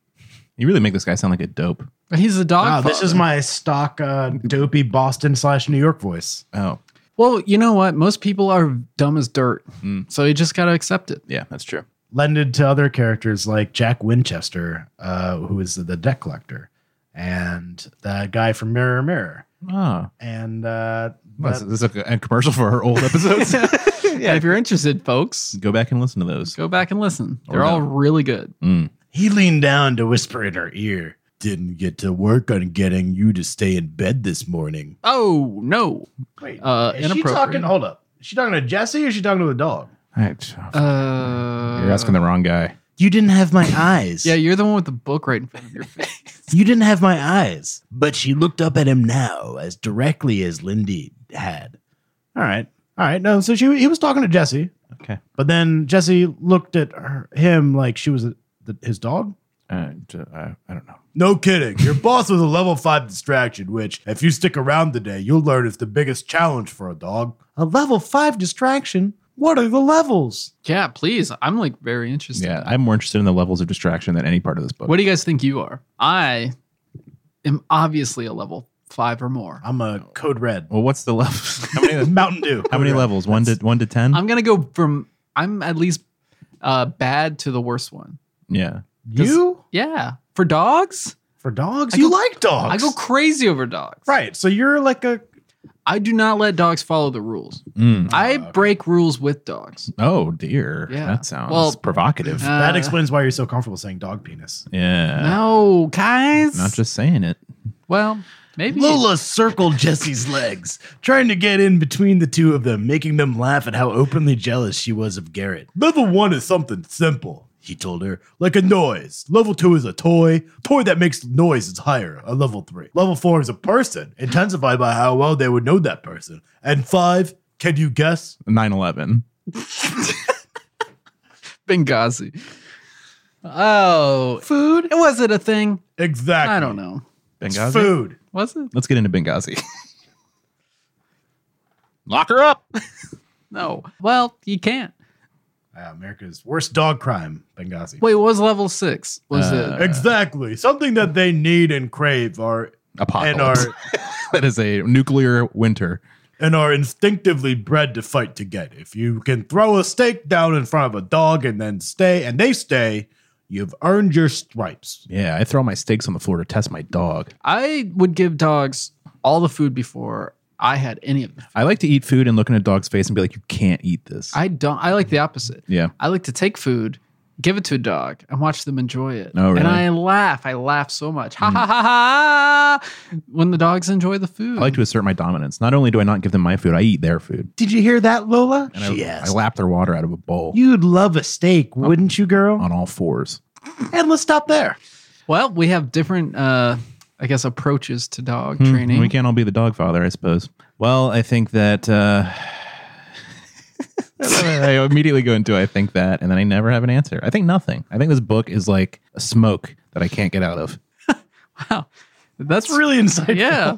S1: you really make this guy sound like a dope.
S3: He's a dog.
S2: Wow, this
S3: father.
S2: is my stock uh, dopey Boston slash New York voice.
S1: Oh,
S3: Well, you know what? Most people are dumb as dirt. So you just got to accept it.
S1: yeah, that's true.
S2: Lended to other characters like Jack Winchester, uh, who is the debt collector, and the guy from Mirror Mirror.
S1: Ah,
S2: And uh,
S1: well,
S2: that-
S1: this is a, a commercial for her old episodes.
S3: yeah. If you're interested, folks,
S1: Go back and listen to those.
S3: go back and listen. They're
S1: Or
S3: all
S1: no.
S3: really good.
S1: Mm.
S4: He leaned down to whisper in her ear, Didn't get to work on getting you to stay in bed this morning.
S3: Oh, no.
S2: wait,
S3: Uh,
S2: is she talking?
S3: inappropriate.
S2: Hold up, is she talking to Jesse or is she talking to the dog?
S1: I-
S3: Uh,
S1: you're asking the wrong guy.
S4: You didn't have my eyes.
S3: Yeah, you're the one with the book right in front of your face.
S4: You didn't have my eyes. But she looked up at him now as directly as Lindy had.
S2: All right, all right. No, so she he was talking to Jesse,
S1: Okay,
S2: but then Jesse looked at her, him like she was a, the, his dog.
S1: uh, d- I, I don't know.
S2: No kidding. Your boss was a level five distraction, which, if you stick around today, you'll learn is the biggest challenge for a dog.
S9: A level five distraction? What are the levels?
S3: yeah, please. I'm like very interested.
S1: Yeah, I'm more interested in the levels of distraction than any part of this book.
S3: What do you guys think you are? I am obviously a level five or more.
S2: I'm a code red.
S1: well, what's the level? How many,
S2: Mountain Dew.
S1: how many
S2: Code Red.
S1: levels? One to one to ten.
S3: I'm gonna go from I'm at least uh bad to the worst one.
S1: yeah.
S2: You?
S3: Yeah. For dogs?
S2: For dogs?
S3: I
S2: you
S3: go-
S2: like dogs.
S3: I go crazy over dogs.
S2: Right. So
S4: Uh.
S2: you're like a.
S3: I do not let dogs follow the rules.
S1: Mm.
S3: I
S2: okay.
S3: break rules with dogs.
S1: Oh dear.
S3: Yeah.
S1: That sounds
S3: Well-
S1: provocative.
S2: that
S3: Uh,
S2: explains why you're so comfortable saying dog penis.
S1: yeah.
S3: No, guys.
S1: Not just saying it.
S3: well, maybe
S4: Lola circled Jesse's legs, trying to get in between the two of them, making them laugh at how openly jealous she was of Garrett.
S2: Level one is something simple.
S4: He told her,
S2: like a noise. Level two is a toy. Toy that makes noise is higher, a level three. Level four is a person, intensified by how well they would know that person. And five, can you guess?
S1: 9/11.
S3: Benghazi. Oh, food? It was it a thing?
S2: Exactly.
S3: I don't know.
S2: It's
S1: Benghazi.
S2: food.
S3: Was it?
S1: Let's get into Benghazi. Lock her up.
S3: No. Well, you can't.
S2: Yeah, Ah, America's worst dog crime, Benghazi.
S3: Wait, what was level six? Was
S1: Uh,
S3: it?
S2: Exactly. Something that they need and crave are and are
S1: Apocalypse. that is a nuclear winter.
S2: and are instinctively bred to fight to get. If you can throw a steak down in front of a dog and then stay and they stay, you've earned your stripes.
S1: Yeah, I throw my steaks on the floor to test my dog.
S3: I would give dogs all the food before I had any of it.
S1: I like to eat food and look in a dog's face and be like, "You can't eat this."
S3: I don't. I like the opposite.
S1: yeah.
S3: I like to take food, give it to a dog, and watch them enjoy it.
S1: Oh, really? Mm.
S3: And I laugh. I laugh so much. Ha ha ha ha! When the dogs enjoy the food.
S1: I like to assert my dominance. Not only do I not give them my food, I eat their food.
S9: Did you hear that, Lola?
S1: And
S4: She
S1: I,
S4: asked.
S1: I Oh. lap their water out of a bowl
S9: You'd love a steak, wouldn't you, girl?
S1: on all fours.
S9: And let's stop there.
S3: well, we have different, uh, I guess, approaches to dog training.
S1: Hmm, Mm-hmm. We can't all be the dog father, I suppose. Well, I think that uh, I immediately go into I think that, and then I never have an answer. I think nothing. I think this book is like a smoke that I can't get out of.
S3: That's really
S4: really insightful.
S3: yeah.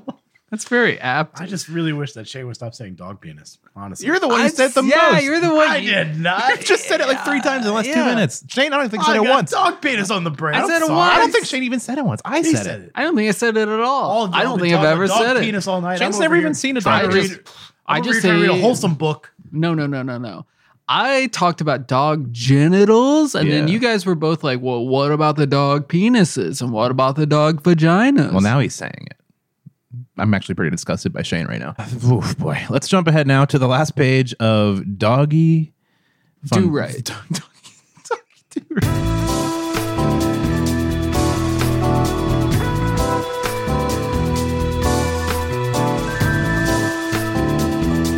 S3: That's very apt.
S2: I just really wish that Shay would stop saying dog penis. Honestly,
S1: You're the one who
S3: I-
S1: said the
S3: yeah,
S1: most.
S3: you're the one. you-
S1: I just said it like three times in the last two minutes. Shane, I don't think said it
S2: got
S1: once.
S2: Dog penis on the brain.
S3: I said it
S1: I don't
S3: once.
S1: think Shane even said it once. I said, it.
S3: I don't think I said it at all. I don't think I've ever said it.
S2: Penis all night.
S1: Shane's never even seen a
S3: I
S1: dog.
S3: just, I just
S2: read a
S3: ate-
S2: wholesome book.
S3: No, no, no, no, no. I talked about dog genitals, and then
S1: Yeah.
S3: you guys were both like, well, what about the dog penises? And what about the dog vaginas?
S1: Well, now he's saying it. I'm actually pretty disgusted by Shane right now. Oof, boy. Let's jump ahead now to the last page of Doggy
S3: do
S1: Fun-
S3: right.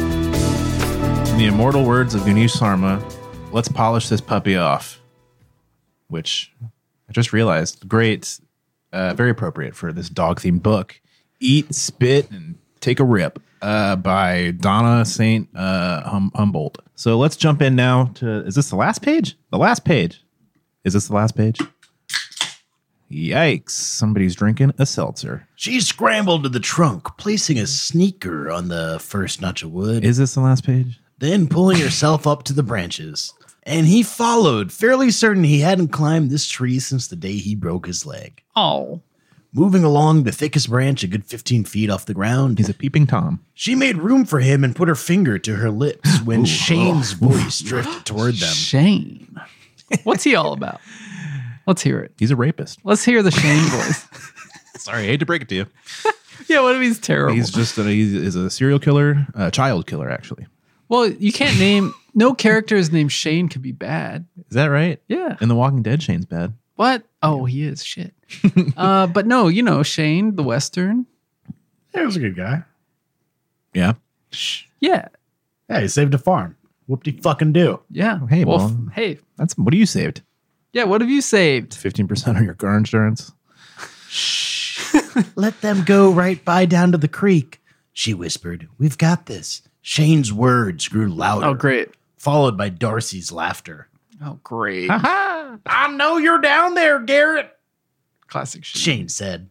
S1: In the immortal words of Ganesh Sarma, let's polish this puppy off. Which I just realized, great, uh, very appropriate for this dog themed book. Eat, spit, and take a rip uh, by Donna St. Uh, hum- Humboldt. So let's jump in now to is this the last page? The last page. Is this the last page? Yikes, somebody's drinking a seltzer.
S4: She scrambled to the trunk, placing a sneaker on the first notch of wood,
S1: Is this the last page?
S4: then pulling herself up to the branches. And he followed, fairly certain he hadn't climbed this tree since the day he broke his leg.
S3: Oh.
S4: Moving along the thickest branch a good 15 feet off the ground,
S1: He's a peeping Tom.
S4: she made room for him and put her finger to her lips when Shane's voice drifted toward them.
S3: Shane. What's he all about? Let's hear it.
S1: He's a rapist.
S3: Let's hear the Shane voice.
S1: Sorry, I hate to break it to you.
S3: yeah, what if he's terrible?
S1: He's just a, he's, is a serial killer, a child killer, actually.
S3: well, you can't name no character is named Shane could be bad.
S1: Is that right?
S3: Yeah.
S1: In The Walking Dead, Shane's bad.
S3: What? Oh, he is shit. uh, but no, you know Shane the Western.
S2: He was a good guy.
S1: Yeah.
S3: Yeah,
S2: Yeah, he saved a farm. Whoop de fucking do.
S3: yeah.
S1: Hey,
S3: Well,
S1: well-
S3: f- hey,
S1: That's what do you saved?
S3: yeah. What have you saved?
S1: Fifteen percent of your car insurance.
S4: Let them go right by down to the creek, she whispered. We've got this. Shane's words grew louder,
S3: Oh, great.
S4: followed by Darcy's laughter.
S3: Oh, great.
S9: I know you're down there, Garrett.
S3: Classic Shane.
S4: Shane said.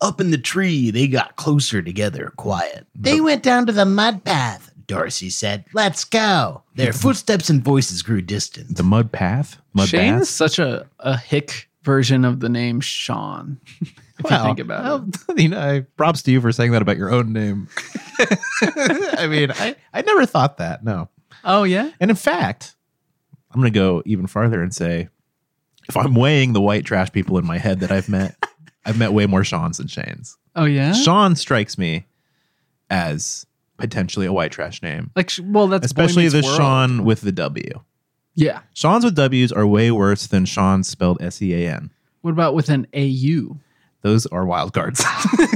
S4: Up in the tree, they got closer together, quiet.
S9: They went down to the mud path.
S4: Darcy said, Let's go. Their footsteps and voices grew distant.
S1: The mud path. Mud
S3: Shane
S1: bath?
S3: is such a a hick version of the name Sean. If you think about it.
S1: well, you know, I, props to you for saying that about your own name. I mean, I, I never thought that. No.
S3: Oh yeah.
S1: And in fact, I'm going to go even farther and say if I'm weighing the white trash people in my head that I've met, I've met way more Sean's than Shane's.
S3: Oh yeah.
S1: Sean strikes me as potentially a white trash name,
S3: Like sh- well, that's Boy
S1: especially
S3: Meets
S1: the
S3: World.
S1: Sean with the W.
S3: Yeah.
S1: Sean's with W's are way worse than Sean's spelled S E A N.
S3: What about with an AU?
S1: Those are wild cards.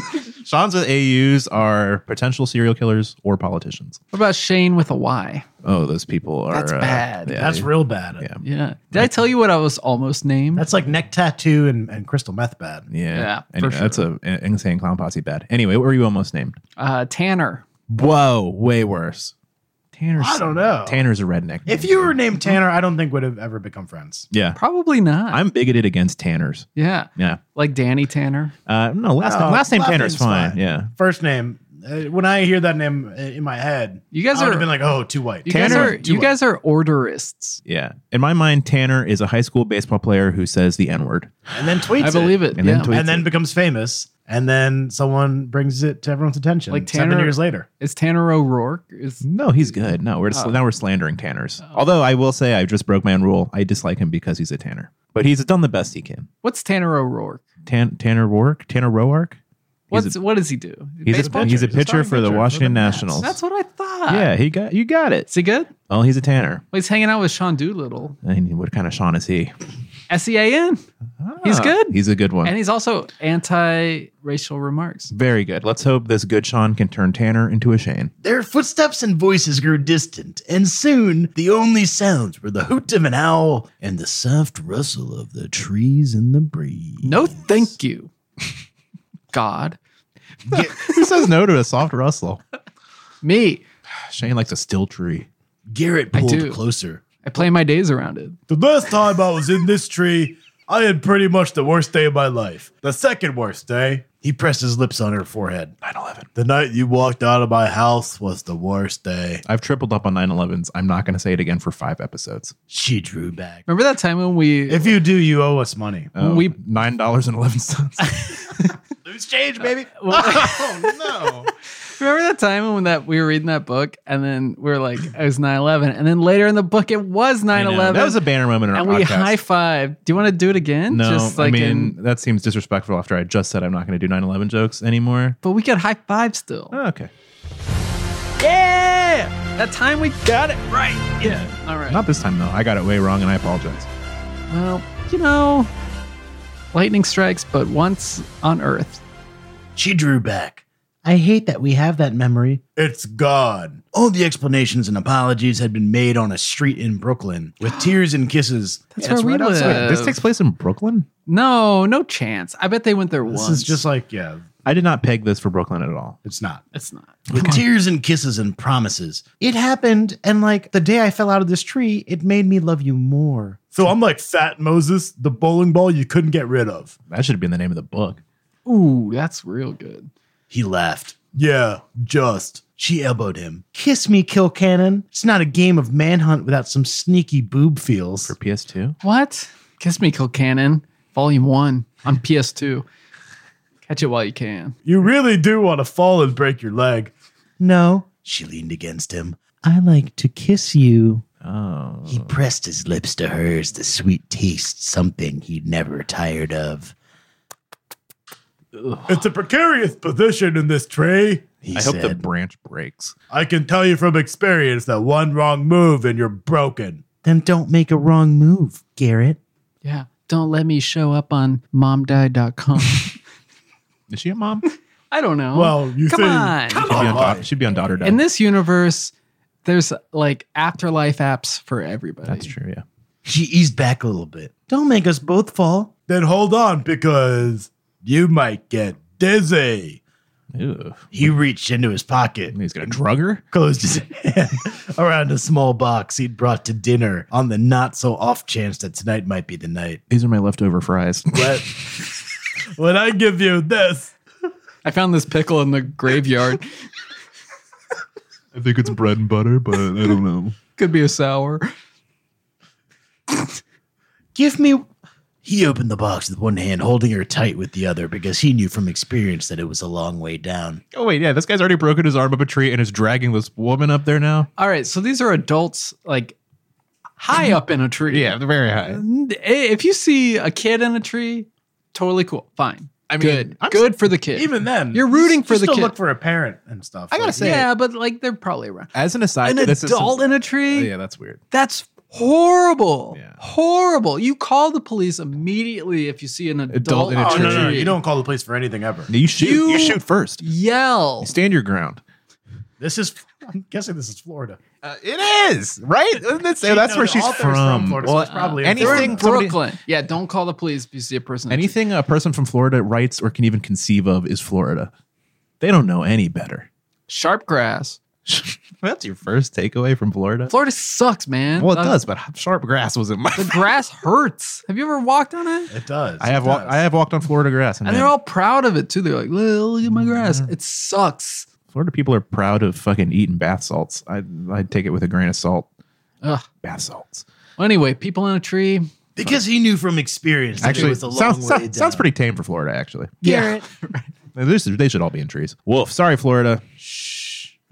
S1: Sean's with AUs are potential serial killers or politicians.
S3: What about Shane with a Y?
S1: Oh, those people are.
S3: That's bad.
S1: yeah,
S2: That's real bad.
S1: Yeah.
S3: Yeah. Did I tell you what I was almost named?
S2: That's like neck tattoo and, and crystal meth bad.
S1: Yeah.
S3: Yeah, for
S1: Anyway, That's a, an insane clown posse bad. Anyway, what were you almost named?
S3: uh, Tanner.
S1: Whoa, way worse. Tanner's.
S2: I don't know.
S1: Tanner's a redneck.
S2: If
S1: name.
S2: you were named Tanner, I don't think would have ever become friends.
S1: Yeah.
S3: Probably not.
S1: I'm bigoted against Tanners.
S3: yeah.
S1: Yeah.
S3: Like Danny Tanner.
S1: Uh, no, last
S2: No,
S1: name, last name
S2: last
S1: Tanner's
S2: name's
S1: fine.
S2: fine.
S1: Yeah.
S2: First name. uh, when I hear that name uh, in my head,
S3: You
S2: I
S3: guys
S2: would have
S3: are
S2: been like, oh, too white.
S3: you guys
S1: Tanner-
S3: are you guys are orderists.
S1: Yeah. In my mind, Tanner is a high school baseball player who says the N word.
S2: and then tweets
S3: I believe it.
S1: And
S3: yeah.
S1: then tweet-
S2: and then becomes famous. And then someone brings it to everyone's attention.
S3: Like
S2: seven
S3: Tanner-
S2: years later.
S3: Is Tanner O'Rourke? Is
S1: No, he's good. No, we're just,
S3: Oh.
S1: now we're slandering Tanners. Although I will say I just broke my own rule. I dislike him because he's a Tanner, but he's done the best he can.
S3: what's Tanner O'Rourke?
S1: Tan, Tanner Roark, Tanner Roark. He's
S3: What's
S1: a,
S3: what does he do?
S1: he's a,
S3: Baseball?
S1: he's a
S2: He's a
S1: pitcher
S2: starting
S1: for the
S2: pitcher for
S1: Washington
S2: the Nats.
S1: Nationals.
S3: That's what I thought.
S1: yeah, he got you got it.
S3: Is he good?
S1: Oh, he's a Tanner.
S3: Well, he's hanging out with Sean Doolittle.
S1: I mean, what kind of Sean is he?
S3: S E A N. He's
S1: Ah,
S3: good.
S1: He's a good one.
S3: And he's also anti racial remarks.
S1: Very good. Let's hope this good Sean can turn Tanner into a Shane.
S4: Their footsteps and voices grew distant, and soon the only sounds were the hoot of an owl and the soft rustle of the trees in the breeze.
S3: No thank you. God.
S1: Who says no to a soft rustle?
S3: Me.
S1: Shane likes a still tree.
S4: Garrett
S3: I
S4: pulled
S3: do.
S4: closer.
S3: I play my days around it.
S2: The last time I was in this tree, I had pretty much the worst day of my life. The second worst day.
S4: He pressed his lips on her forehead.
S1: 9/11.
S2: The night you walked out of my house was the worst day.
S1: I've tripled up on 9/11s. I'm not going to say it again for five episodes.
S4: She drew back.
S3: Remember that time when we
S2: If you do, you owe us money.
S1: Oh,
S3: We-
S1: nine dollars and eleven cents.
S2: exchange, baby.
S4: Uh,
S3: Well,
S2: oh no.
S3: remember that time when that we were reading that book and then we were like, it was 9 11. And then later in the book, it was 9
S1: I know.
S3: 11.
S1: That was a banner moment in our
S3: and we
S1: podcast.
S3: high five. Do you want to do it again?
S1: no, I mean
S3: in-
S1: that seems disrespectful after I just said I'm not going to do 9/11 jokes anymore.
S3: but we could high five still.
S1: Oh, okay,
S3: Yeah, that time we got it right. Yeah. All right.
S1: not this time though. I got it way wrong, and I apologize.
S3: well, you know, lightning strikes but once on Earth.
S4: She drew back.
S9: I hate that we have that memory.
S2: It's gone.
S4: All the explanations and apologies had been made on a street in Brooklyn with tears and kisses.
S3: That's
S4: Yeah, it's
S3: where we
S4: right outside.
S1: Wait, this takes place in Brooklyn.
S3: No, no chance. I bet they went there
S2: This
S3: once.
S2: is just like, yeah,
S1: I did not peg this for Brooklyn at all.
S2: it's not.
S3: it's not.
S4: With tears and kisses and promises.
S9: It happened, and like the day I fell out of this tree, it made me love you more.
S2: So I'm like Fat Moses, the bowling ball you couldn't get rid of.
S1: That should have been the name of the book.
S3: Ooh, that's real good.
S4: He laughed.
S2: Yeah, just.
S4: She elbowed him.
S9: Kiss me, Kilcannon. It's not a game of manhunt without some sneaky boob feels.
S1: For PS2?
S3: What? Kiss Me Kilcannon, Volume One on PS2. Catch it while you can.
S2: You really do want to fall and break your leg.
S9: No,
S4: She leaned against him.
S9: I like to kiss you.
S1: Oh.
S4: He pressed his lips to hers, the sweet taste, something he'd never tired of.
S2: It's a precarious position in this tree.
S4: He
S1: I hope
S4: said,
S1: the branch breaks.
S2: I can tell you from experience that one wrong move and you're broken.
S9: Then don't make a wrong move, Garrett.
S3: Yeah. Don't let me show up on momdied.com.
S1: Is she a mom?
S3: I don't know.
S2: Well, you
S3: come
S2: think-
S3: on.
S1: She'd be on daughter, she'd be on daughter
S3: Oh, In
S1: death.
S3: this universe, there's like afterlife apps for everybody.
S1: That's true, yeah.
S4: She eased back a little bit.
S9: Don't make us both fall.
S2: Then hold on because you might get dizzy.
S1: Ew.
S4: He reached into his pocket,
S1: He's gonna drug her?
S4: closed his hand around a small box he'd brought to dinner on the not so off chance that tonight might be the night.
S1: These are my leftover fries.
S2: But when I give you this,
S3: I found this pickle in the graveyard.
S1: I think it's bread and butter, but I don't know.
S3: Could be a sour.
S9: Give me.
S4: He opened the box with one hand, holding her tight with the other because he knew from experience that it was a long way down.
S1: Oh wait, yeah, this guy's already broken his arm up a tree and is dragging this woman up there now.
S3: All right, so these are adults like high up in a tree.
S1: Yeah, they're very high.
S3: And If you see a kid in a tree, totally cool. Fine.
S1: I mean,
S3: good.
S1: I'm-
S3: good for the kid.
S2: even then,
S3: You're rooting for
S2: you
S3: the
S2: still
S3: kid.
S2: look for a parent and stuff.
S1: I gotta say,
S3: yeah, but like they're probably around.
S1: as an aside,
S3: An
S1: this is some-
S3: adult in a tree?
S1: Oh, yeah, that's weird.
S3: That's horrible.
S1: Yeah.
S3: Horrible. You call the police immediately if you see an adult,
S1: Adult in a
S2: oh, no, no, no,
S3: tree.
S2: you don't call the police for anything ever.
S1: You shoot. You,
S3: You-
S1: shoot first.
S3: Yell.
S1: You stand your ground.
S2: This is, I'm guessing this is Florida.
S1: Uh, it is right. Doesn't it say-
S2: She-
S1: that's
S2: no,
S1: where
S2: the
S1: she's
S2: author is
S1: from.
S2: Florida, so
S1: Well, uh,
S2: it's probably in
S1: anything-
S2: Florida.
S3: Brooklyn.
S1: somebody-
S3: yeah, don't call the police if you see a person. in a tree.
S1: anything a person from Florida writes or can even conceive of is Florida. They don't know any better.
S3: Sharp grass.
S1: that's your first takeaway from Florida.
S3: Florida sucks, man.
S1: Well, it
S3: Uh,
S1: does, but sharp grass was in my.
S3: The grass hurts. Have you ever walked on it?
S2: It does.
S1: I have walked. I have walked on Florida grass, and,
S3: And they're
S1: man, Mm-hmm.
S3: all proud of it too. They're like, "Look look at my grass. It sucks."
S1: Florida people are proud of fucking eating bath salts. I I take it with a grain of salt.
S3: Ugh.
S1: Bath salts.
S3: Well, anyway, people in a tree.
S4: Because he knew from experience that it
S1: Actually,
S4: was a long
S1: sounds,
S4: way
S1: sounds,
S4: down.
S1: sounds pretty tame for Florida. Actually,
S3: Yeah.
S1: This is- they should all be in trees. Wolf. Sorry, Florida. Shh.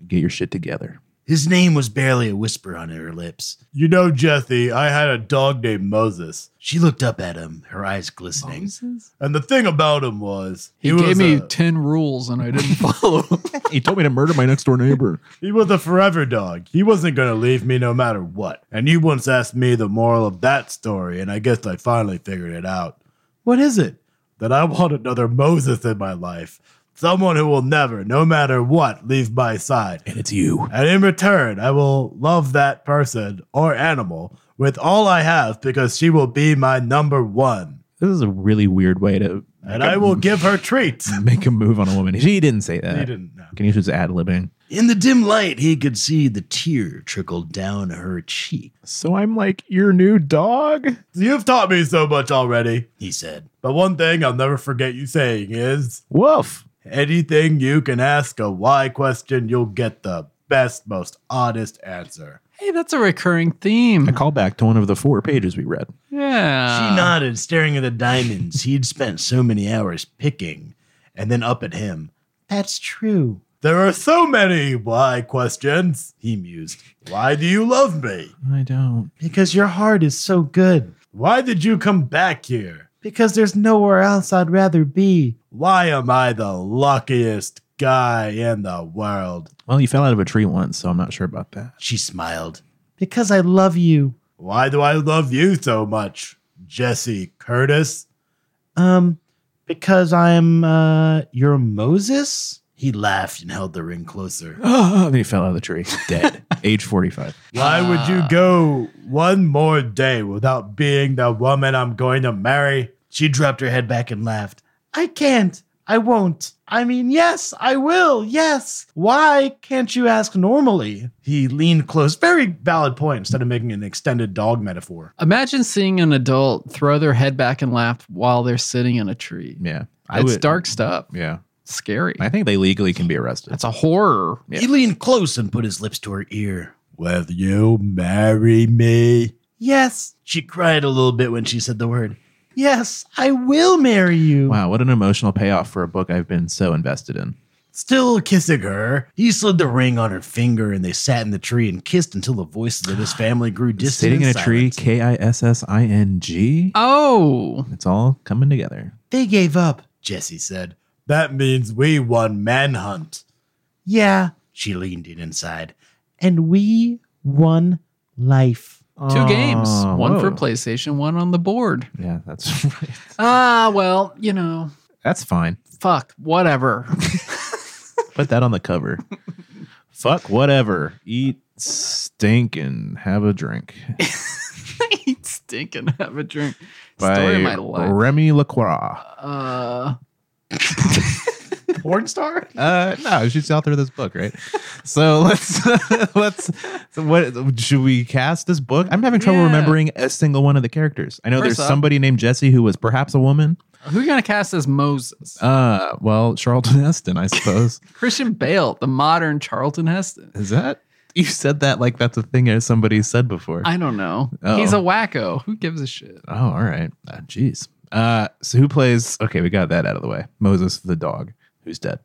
S1: Get your shit together.
S4: His name was barely a whisper on her lips.
S2: You know, Jesse, I had a dog named Moses.
S4: She looked up at him, her eyes glistening.
S2: And the thing about him was
S3: He, gave
S2: was
S3: me
S2: a,
S3: ten rules and I didn't follow. them.
S1: he told me to murder my next door neighbor.
S2: he was a forever dog. He wasn't gonna leave me no matter what. And you once asked me the moral of that story, and I guess I finally figured it out.
S9: What is it?
S2: That I want another Moses in my life. Someone who will never, no matter what, leave my side.
S1: And it's you.
S2: And in return, I will love that person or animal with all I have because she will be my number one.
S1: This is a really weird way to
S2: And I will give her treats.
S1: make a move on a woman. He didn't say that.
S2: He didn't know.
S1: Can you just ad libbing?
S4: In the dim light, he could see the tear trickle down her cheek.
S1: So I'm like your new dog.
S2: You've taught me so much already.
S4: He said,
S2: But one thing I'll never forget you saying is
S1: Woof.
S2: anything you can ask a why question, you'll get the best, most honest answer.
S3: hey, that's a recurring theme.
S1: A callback to one of the four pages we read.
S3: Yeah.
S1: Ah.
S4: She nodded, staring at the diamonds he'd spent so many hours picking.
S2: and then up at him.
S4: That's true.
S2: There are so many why questions, he mused. Why do you love me?
S1: I don't.
S4: Because your heart is so good.
S2: Why did you come back here?
S4: Because there's nowhere else I'd rather be.
S2: Why am I the luckiest guy in the world?
S1: Well, you fell out of a tree once, so I'm not sure about that.
S2: She smiled.
S4: Because I love you.
S2: Why do I love you so much, Jesse Curtis?
S4: Um, because I'm uh your Moses?
S2: He laughed and held the ring closer.
S1: then Oh, he fell out of the tree, dead, age 45.
S2: Why would you go one more day without being the woman I'm going to marry? She dropped her head back and laughed.
S4: I can't. I won't. I mean, yes, I will. Yes. Why can't you ask normally?
S2: He leaned close. Very valid point instead of making an extended dog metaphor.
S3: Imagine seeing an adult throw their head back and laugh while they're sitting in a tree.
S1: Yeah. I
S3: It's
S1: would-
S3: dark stuff.
S1: Yeah.
S3: Scary.
S1: I think they legally can be arrested.
S3: That's a horror.
S2: He leaned close and put his lips to her ear. Will you marry me?
S4: Yes.
S2: She cried a little bit when she said the word.
S4: Yes, I will marry you.
S1: wow, what an emotional payoff for a book I've been so invested in.
S2: Still kissing her, he slid the ring on her finger and they sat in the tree and kissed until the voices of his family grew distant.
S1: Sitting in a
S2: and
S1: tree,
S2: silent.
S1: K I S S I N G.
S3: Oh,
S1: It's all coming together.
S4: They gave up.
S2: Jesse said, That means we won manhunt.
S4: Yeah,
S2: She leaned in and sighed.
S4: and we won life.
S1: Two
S3: two games. One for PlayStation, one on the board.
S1: Yeah, that's right.
S3: Ah, well, you know,
S1: That's fine.
S3: fuck, whatever.
S1: Put that on the cover. Fuck whatever. Eat, stink, and have a drink.
S3: Eat stink and have a drink.
S1: By
S3: Story of my life.
S1: Remy Lacroix.
S3: Uh,
S4: Porn star?
S1: Uh, no, she's the author of this book, right? So let's let's. So what should we cast this book? I'm having trouble
S3: Yeah.
S1: remembering a single one of the characters. I know
S3: First
S1: there's
S3: off-
S1: somebody named Jesse who was perhaps a woman.
S3: who are you gonna cast as Moses?
S1: Uh, well, Charlton Heston, I suppose.
S3: Christian Bale, the modern Charlton Heston.
S1: Is that you said that like that's a thing that somebody said before?
S3: I don't know.
S1: Oh.
S3: He's a wacko. Who gives a shit?
S1: oh, all right. Ah, Jeez. Uh, so who plays? Okay, we got that out of the way. Moses the dog, who's dead.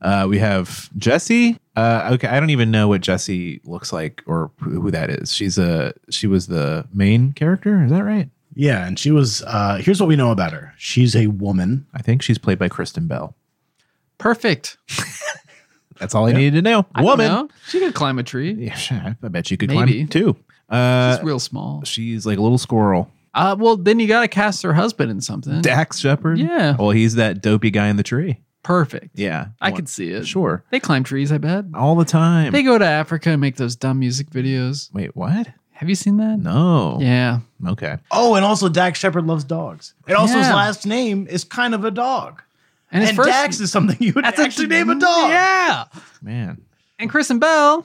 S1: Uh, we have Jesse. Uh, okay, I don't even know what Jesse looks like or who who that is. She's a she was the main character. Is that right?
S2: Yeah, and she was, uh, here's what we know about her she's a woman.
S1: I think she's played by Kristen Bell.
S3: Perfect.
S1: That's all I needed to know.
S3: I don't
S1: Woman.
S3: know. She could climb a tree.
S1: Yeah, sure. I bet you could
S3: Maybe.
S1: climb too. Uh,
S3: She's real small.
S1: she's like a little squirrel.
S3: Uh, well, then you gotta cast her husband in something.
S1: Dax Shepard.
S3: Yeah.
S1: Well, he's that dopey guy in the tree.
S3: Perfect.
S1: Yeah.
S3: I
S1: Well,
S3: could see it.
S1: Sure. Oh,
S3: They climb trees, I bet.
S1: All the time.
S3: They go to Africa and make those dumb music videos.
S1: Wait, what?
S3: Have you seen that?
S1: No.
S3: Yeah.
S1: Okay.
S4: Oh, and also Dax Shepard loves dogs. And also his
S3: Yeah.
S4: last name is kind of a dog.
S3: And, his
S4: and
S3: first-
S4: Dax is something you would actually name a dog.
S3: Yeah.
S1: Man.
S3: And Kristen Bell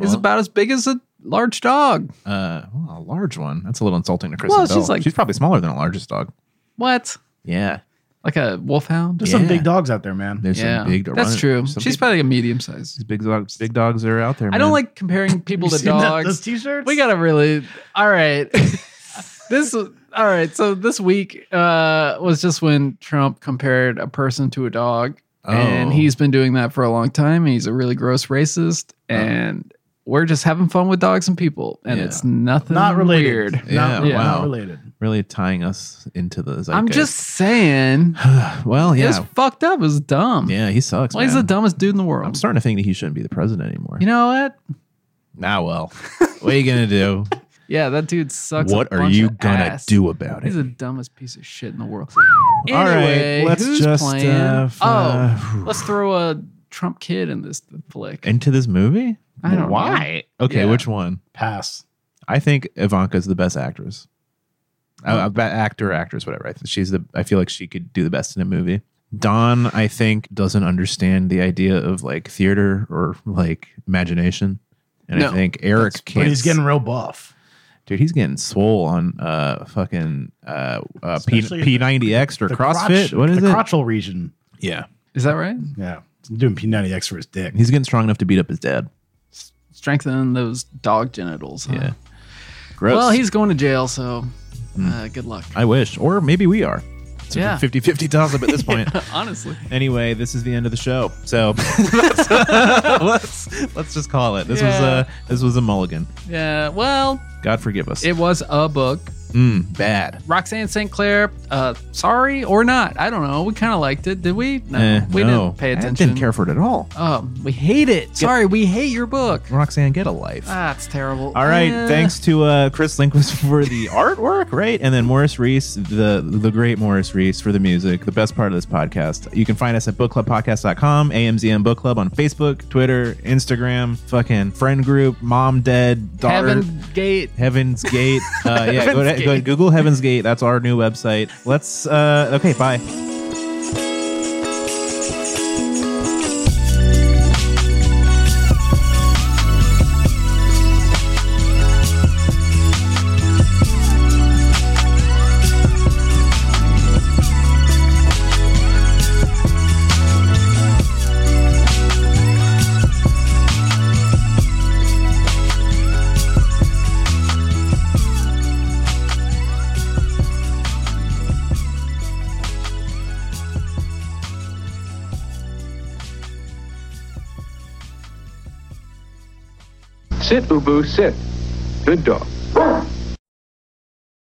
S3: is
S1: Well.
S3: about as big as a large dog.
S1: Uh, well, a large one. That's a little insulting to Kristen
S3: Well,
S1: Bell.
S3: she's like-
S1: she's probably smaller than a largest dog.
S3: What?
S1: Yeah.
S3: Like a wolfhound?
S2: There's
S1: Yeah.
S2: some big dogs out there, man.
S1: There's
S3: yeah.
S1: some big
S3: That's
S1: run-
S3: true.
S1: some
S3: She's
S1: big,
S3: probably a medium size.
S1: these big dogs. Big dogs are out there.
S3: I don't
S1: man.
S3: like comparing people to
S4: Seen that- those
S3: dogs.
S4: t-shirts?
S3: We gotta really. All right. this. All right. So this week uh, was just when Trump compared a person to a dog, and
S1: Oh.
S3: he's been doing that for a long time. And he's a really gross racist, and we're just having fun with dogs and people, and
S1: Uh-huh. Yeah.
S3: it's nothing
S4: Not related.
S3: weird.
S1: Yeah,
S4: Not,
S3: Yeah.
S4: not
S1: wow.
S4: related.
S1: really tying us into the.
S3: I'm
S1: zeitgeist.
S3: just saying,
S1: well,
S3: it was
S1: yeah,
S3: fucked up. It was dumb.
S1: yeah. He sucks.
S3: Well, he's the
S1: man.
S3: dumbest dude in the
S1: I'm
S3: world.
S1: starting to think that he shouldn't be the president anymore.
S3: You know what?
S1: Now, well, what are you gonna do?
S3: Yeah, that dude sucks. a
S1: what are
S3: bunch
S1: you
S3: of
S1: gonna
S3: ass.
S1: do about
S3: He's
S1: it?
S3: the dumbest piece of shit in the world.
S1: All right,
S3: Anyway,
S1: let's
S3: who's
S1: just,
S3: playing?
S1: uh, f-
S3: oh, let's throw a Trump kid in this flick.
S1: Into this movie?
S3: I don't
S1: Why? Okay,
S3: Yeah.
S1: which one?
S2: Pass.
S1: I think Ivanka's the best actress. Uh, uh, actor, actress, whatever. I th- she's the. I feel like she could do the best in a movie. Don, I think, doesn't understand the idea of like theater or like imagination, and
S3: No.
S1: I think Eric can't.
S2: But he's getting real buff.
S1: dude, he's getting swole on uh fucking uh, uh P
S2: Especially
S1: P ninety X or
S2: The
S1: CrossFit.
S2: crotch-
S1: what is
S2: the
S1: it?
S2: crotchal region.
S1: Yeah,
S3: Is that right?
S2: Yeah. He's doing P90X for his dick.
S1: he's getting strong enough to beat up his dad.
S3: Strengthen those dog genitals. huh?
S1: Yeah, gross. Hmm.
S3: Well, he's going to jail, so uh, good luck.
S1: I wish, or maybe we are. It's a
S3: Yeah.
S1: 50 50 toss up at this point.
S3: Honestly.
S1: Anyway, this is the end of the show. So let's, let's let's just call it. This was
S3: Yeah.
S1: a this was a mulligan.
S3: Yeah. Well,
S1: God forgive us.
S3: it was a book.
S1: mm, bad.
S3: Roxanne St. Clair, uh, sorry or not. I don't know. We kind of liked it. Did we? No.
S1: Eh,
S3: we
S1: no.
S3: didn't pay
S1: I
S3: attention.
S1: didn't care for it at all.
S3: Um, we hate it. Sorry, we hate your book.
S1: Roxanne, get a life.
S3: Ah, it's terrible.
S1: All right.
S3: Eh.
S1: Thanks to uh, Chris Linquist for the artwork, right? And then Morris Reese, the the great Morris Reese for the music, the best part of this podcast. You can find us at bookclubpodcast.com, AMZM Book Club on Facebook, Twitter, Instagram, fucking friend group, mom, dead, daughter.
S3: Heaven Gate.
S1: Heaven's Gate. Uh, yeah, go, to,
S3: Heaven's
S1: go
S3: Gate.
S1: Google Heaven's Gate. That's our new website. Let's, uh, okay, bye.
S11: Sit, Ubu, sit. Good dog.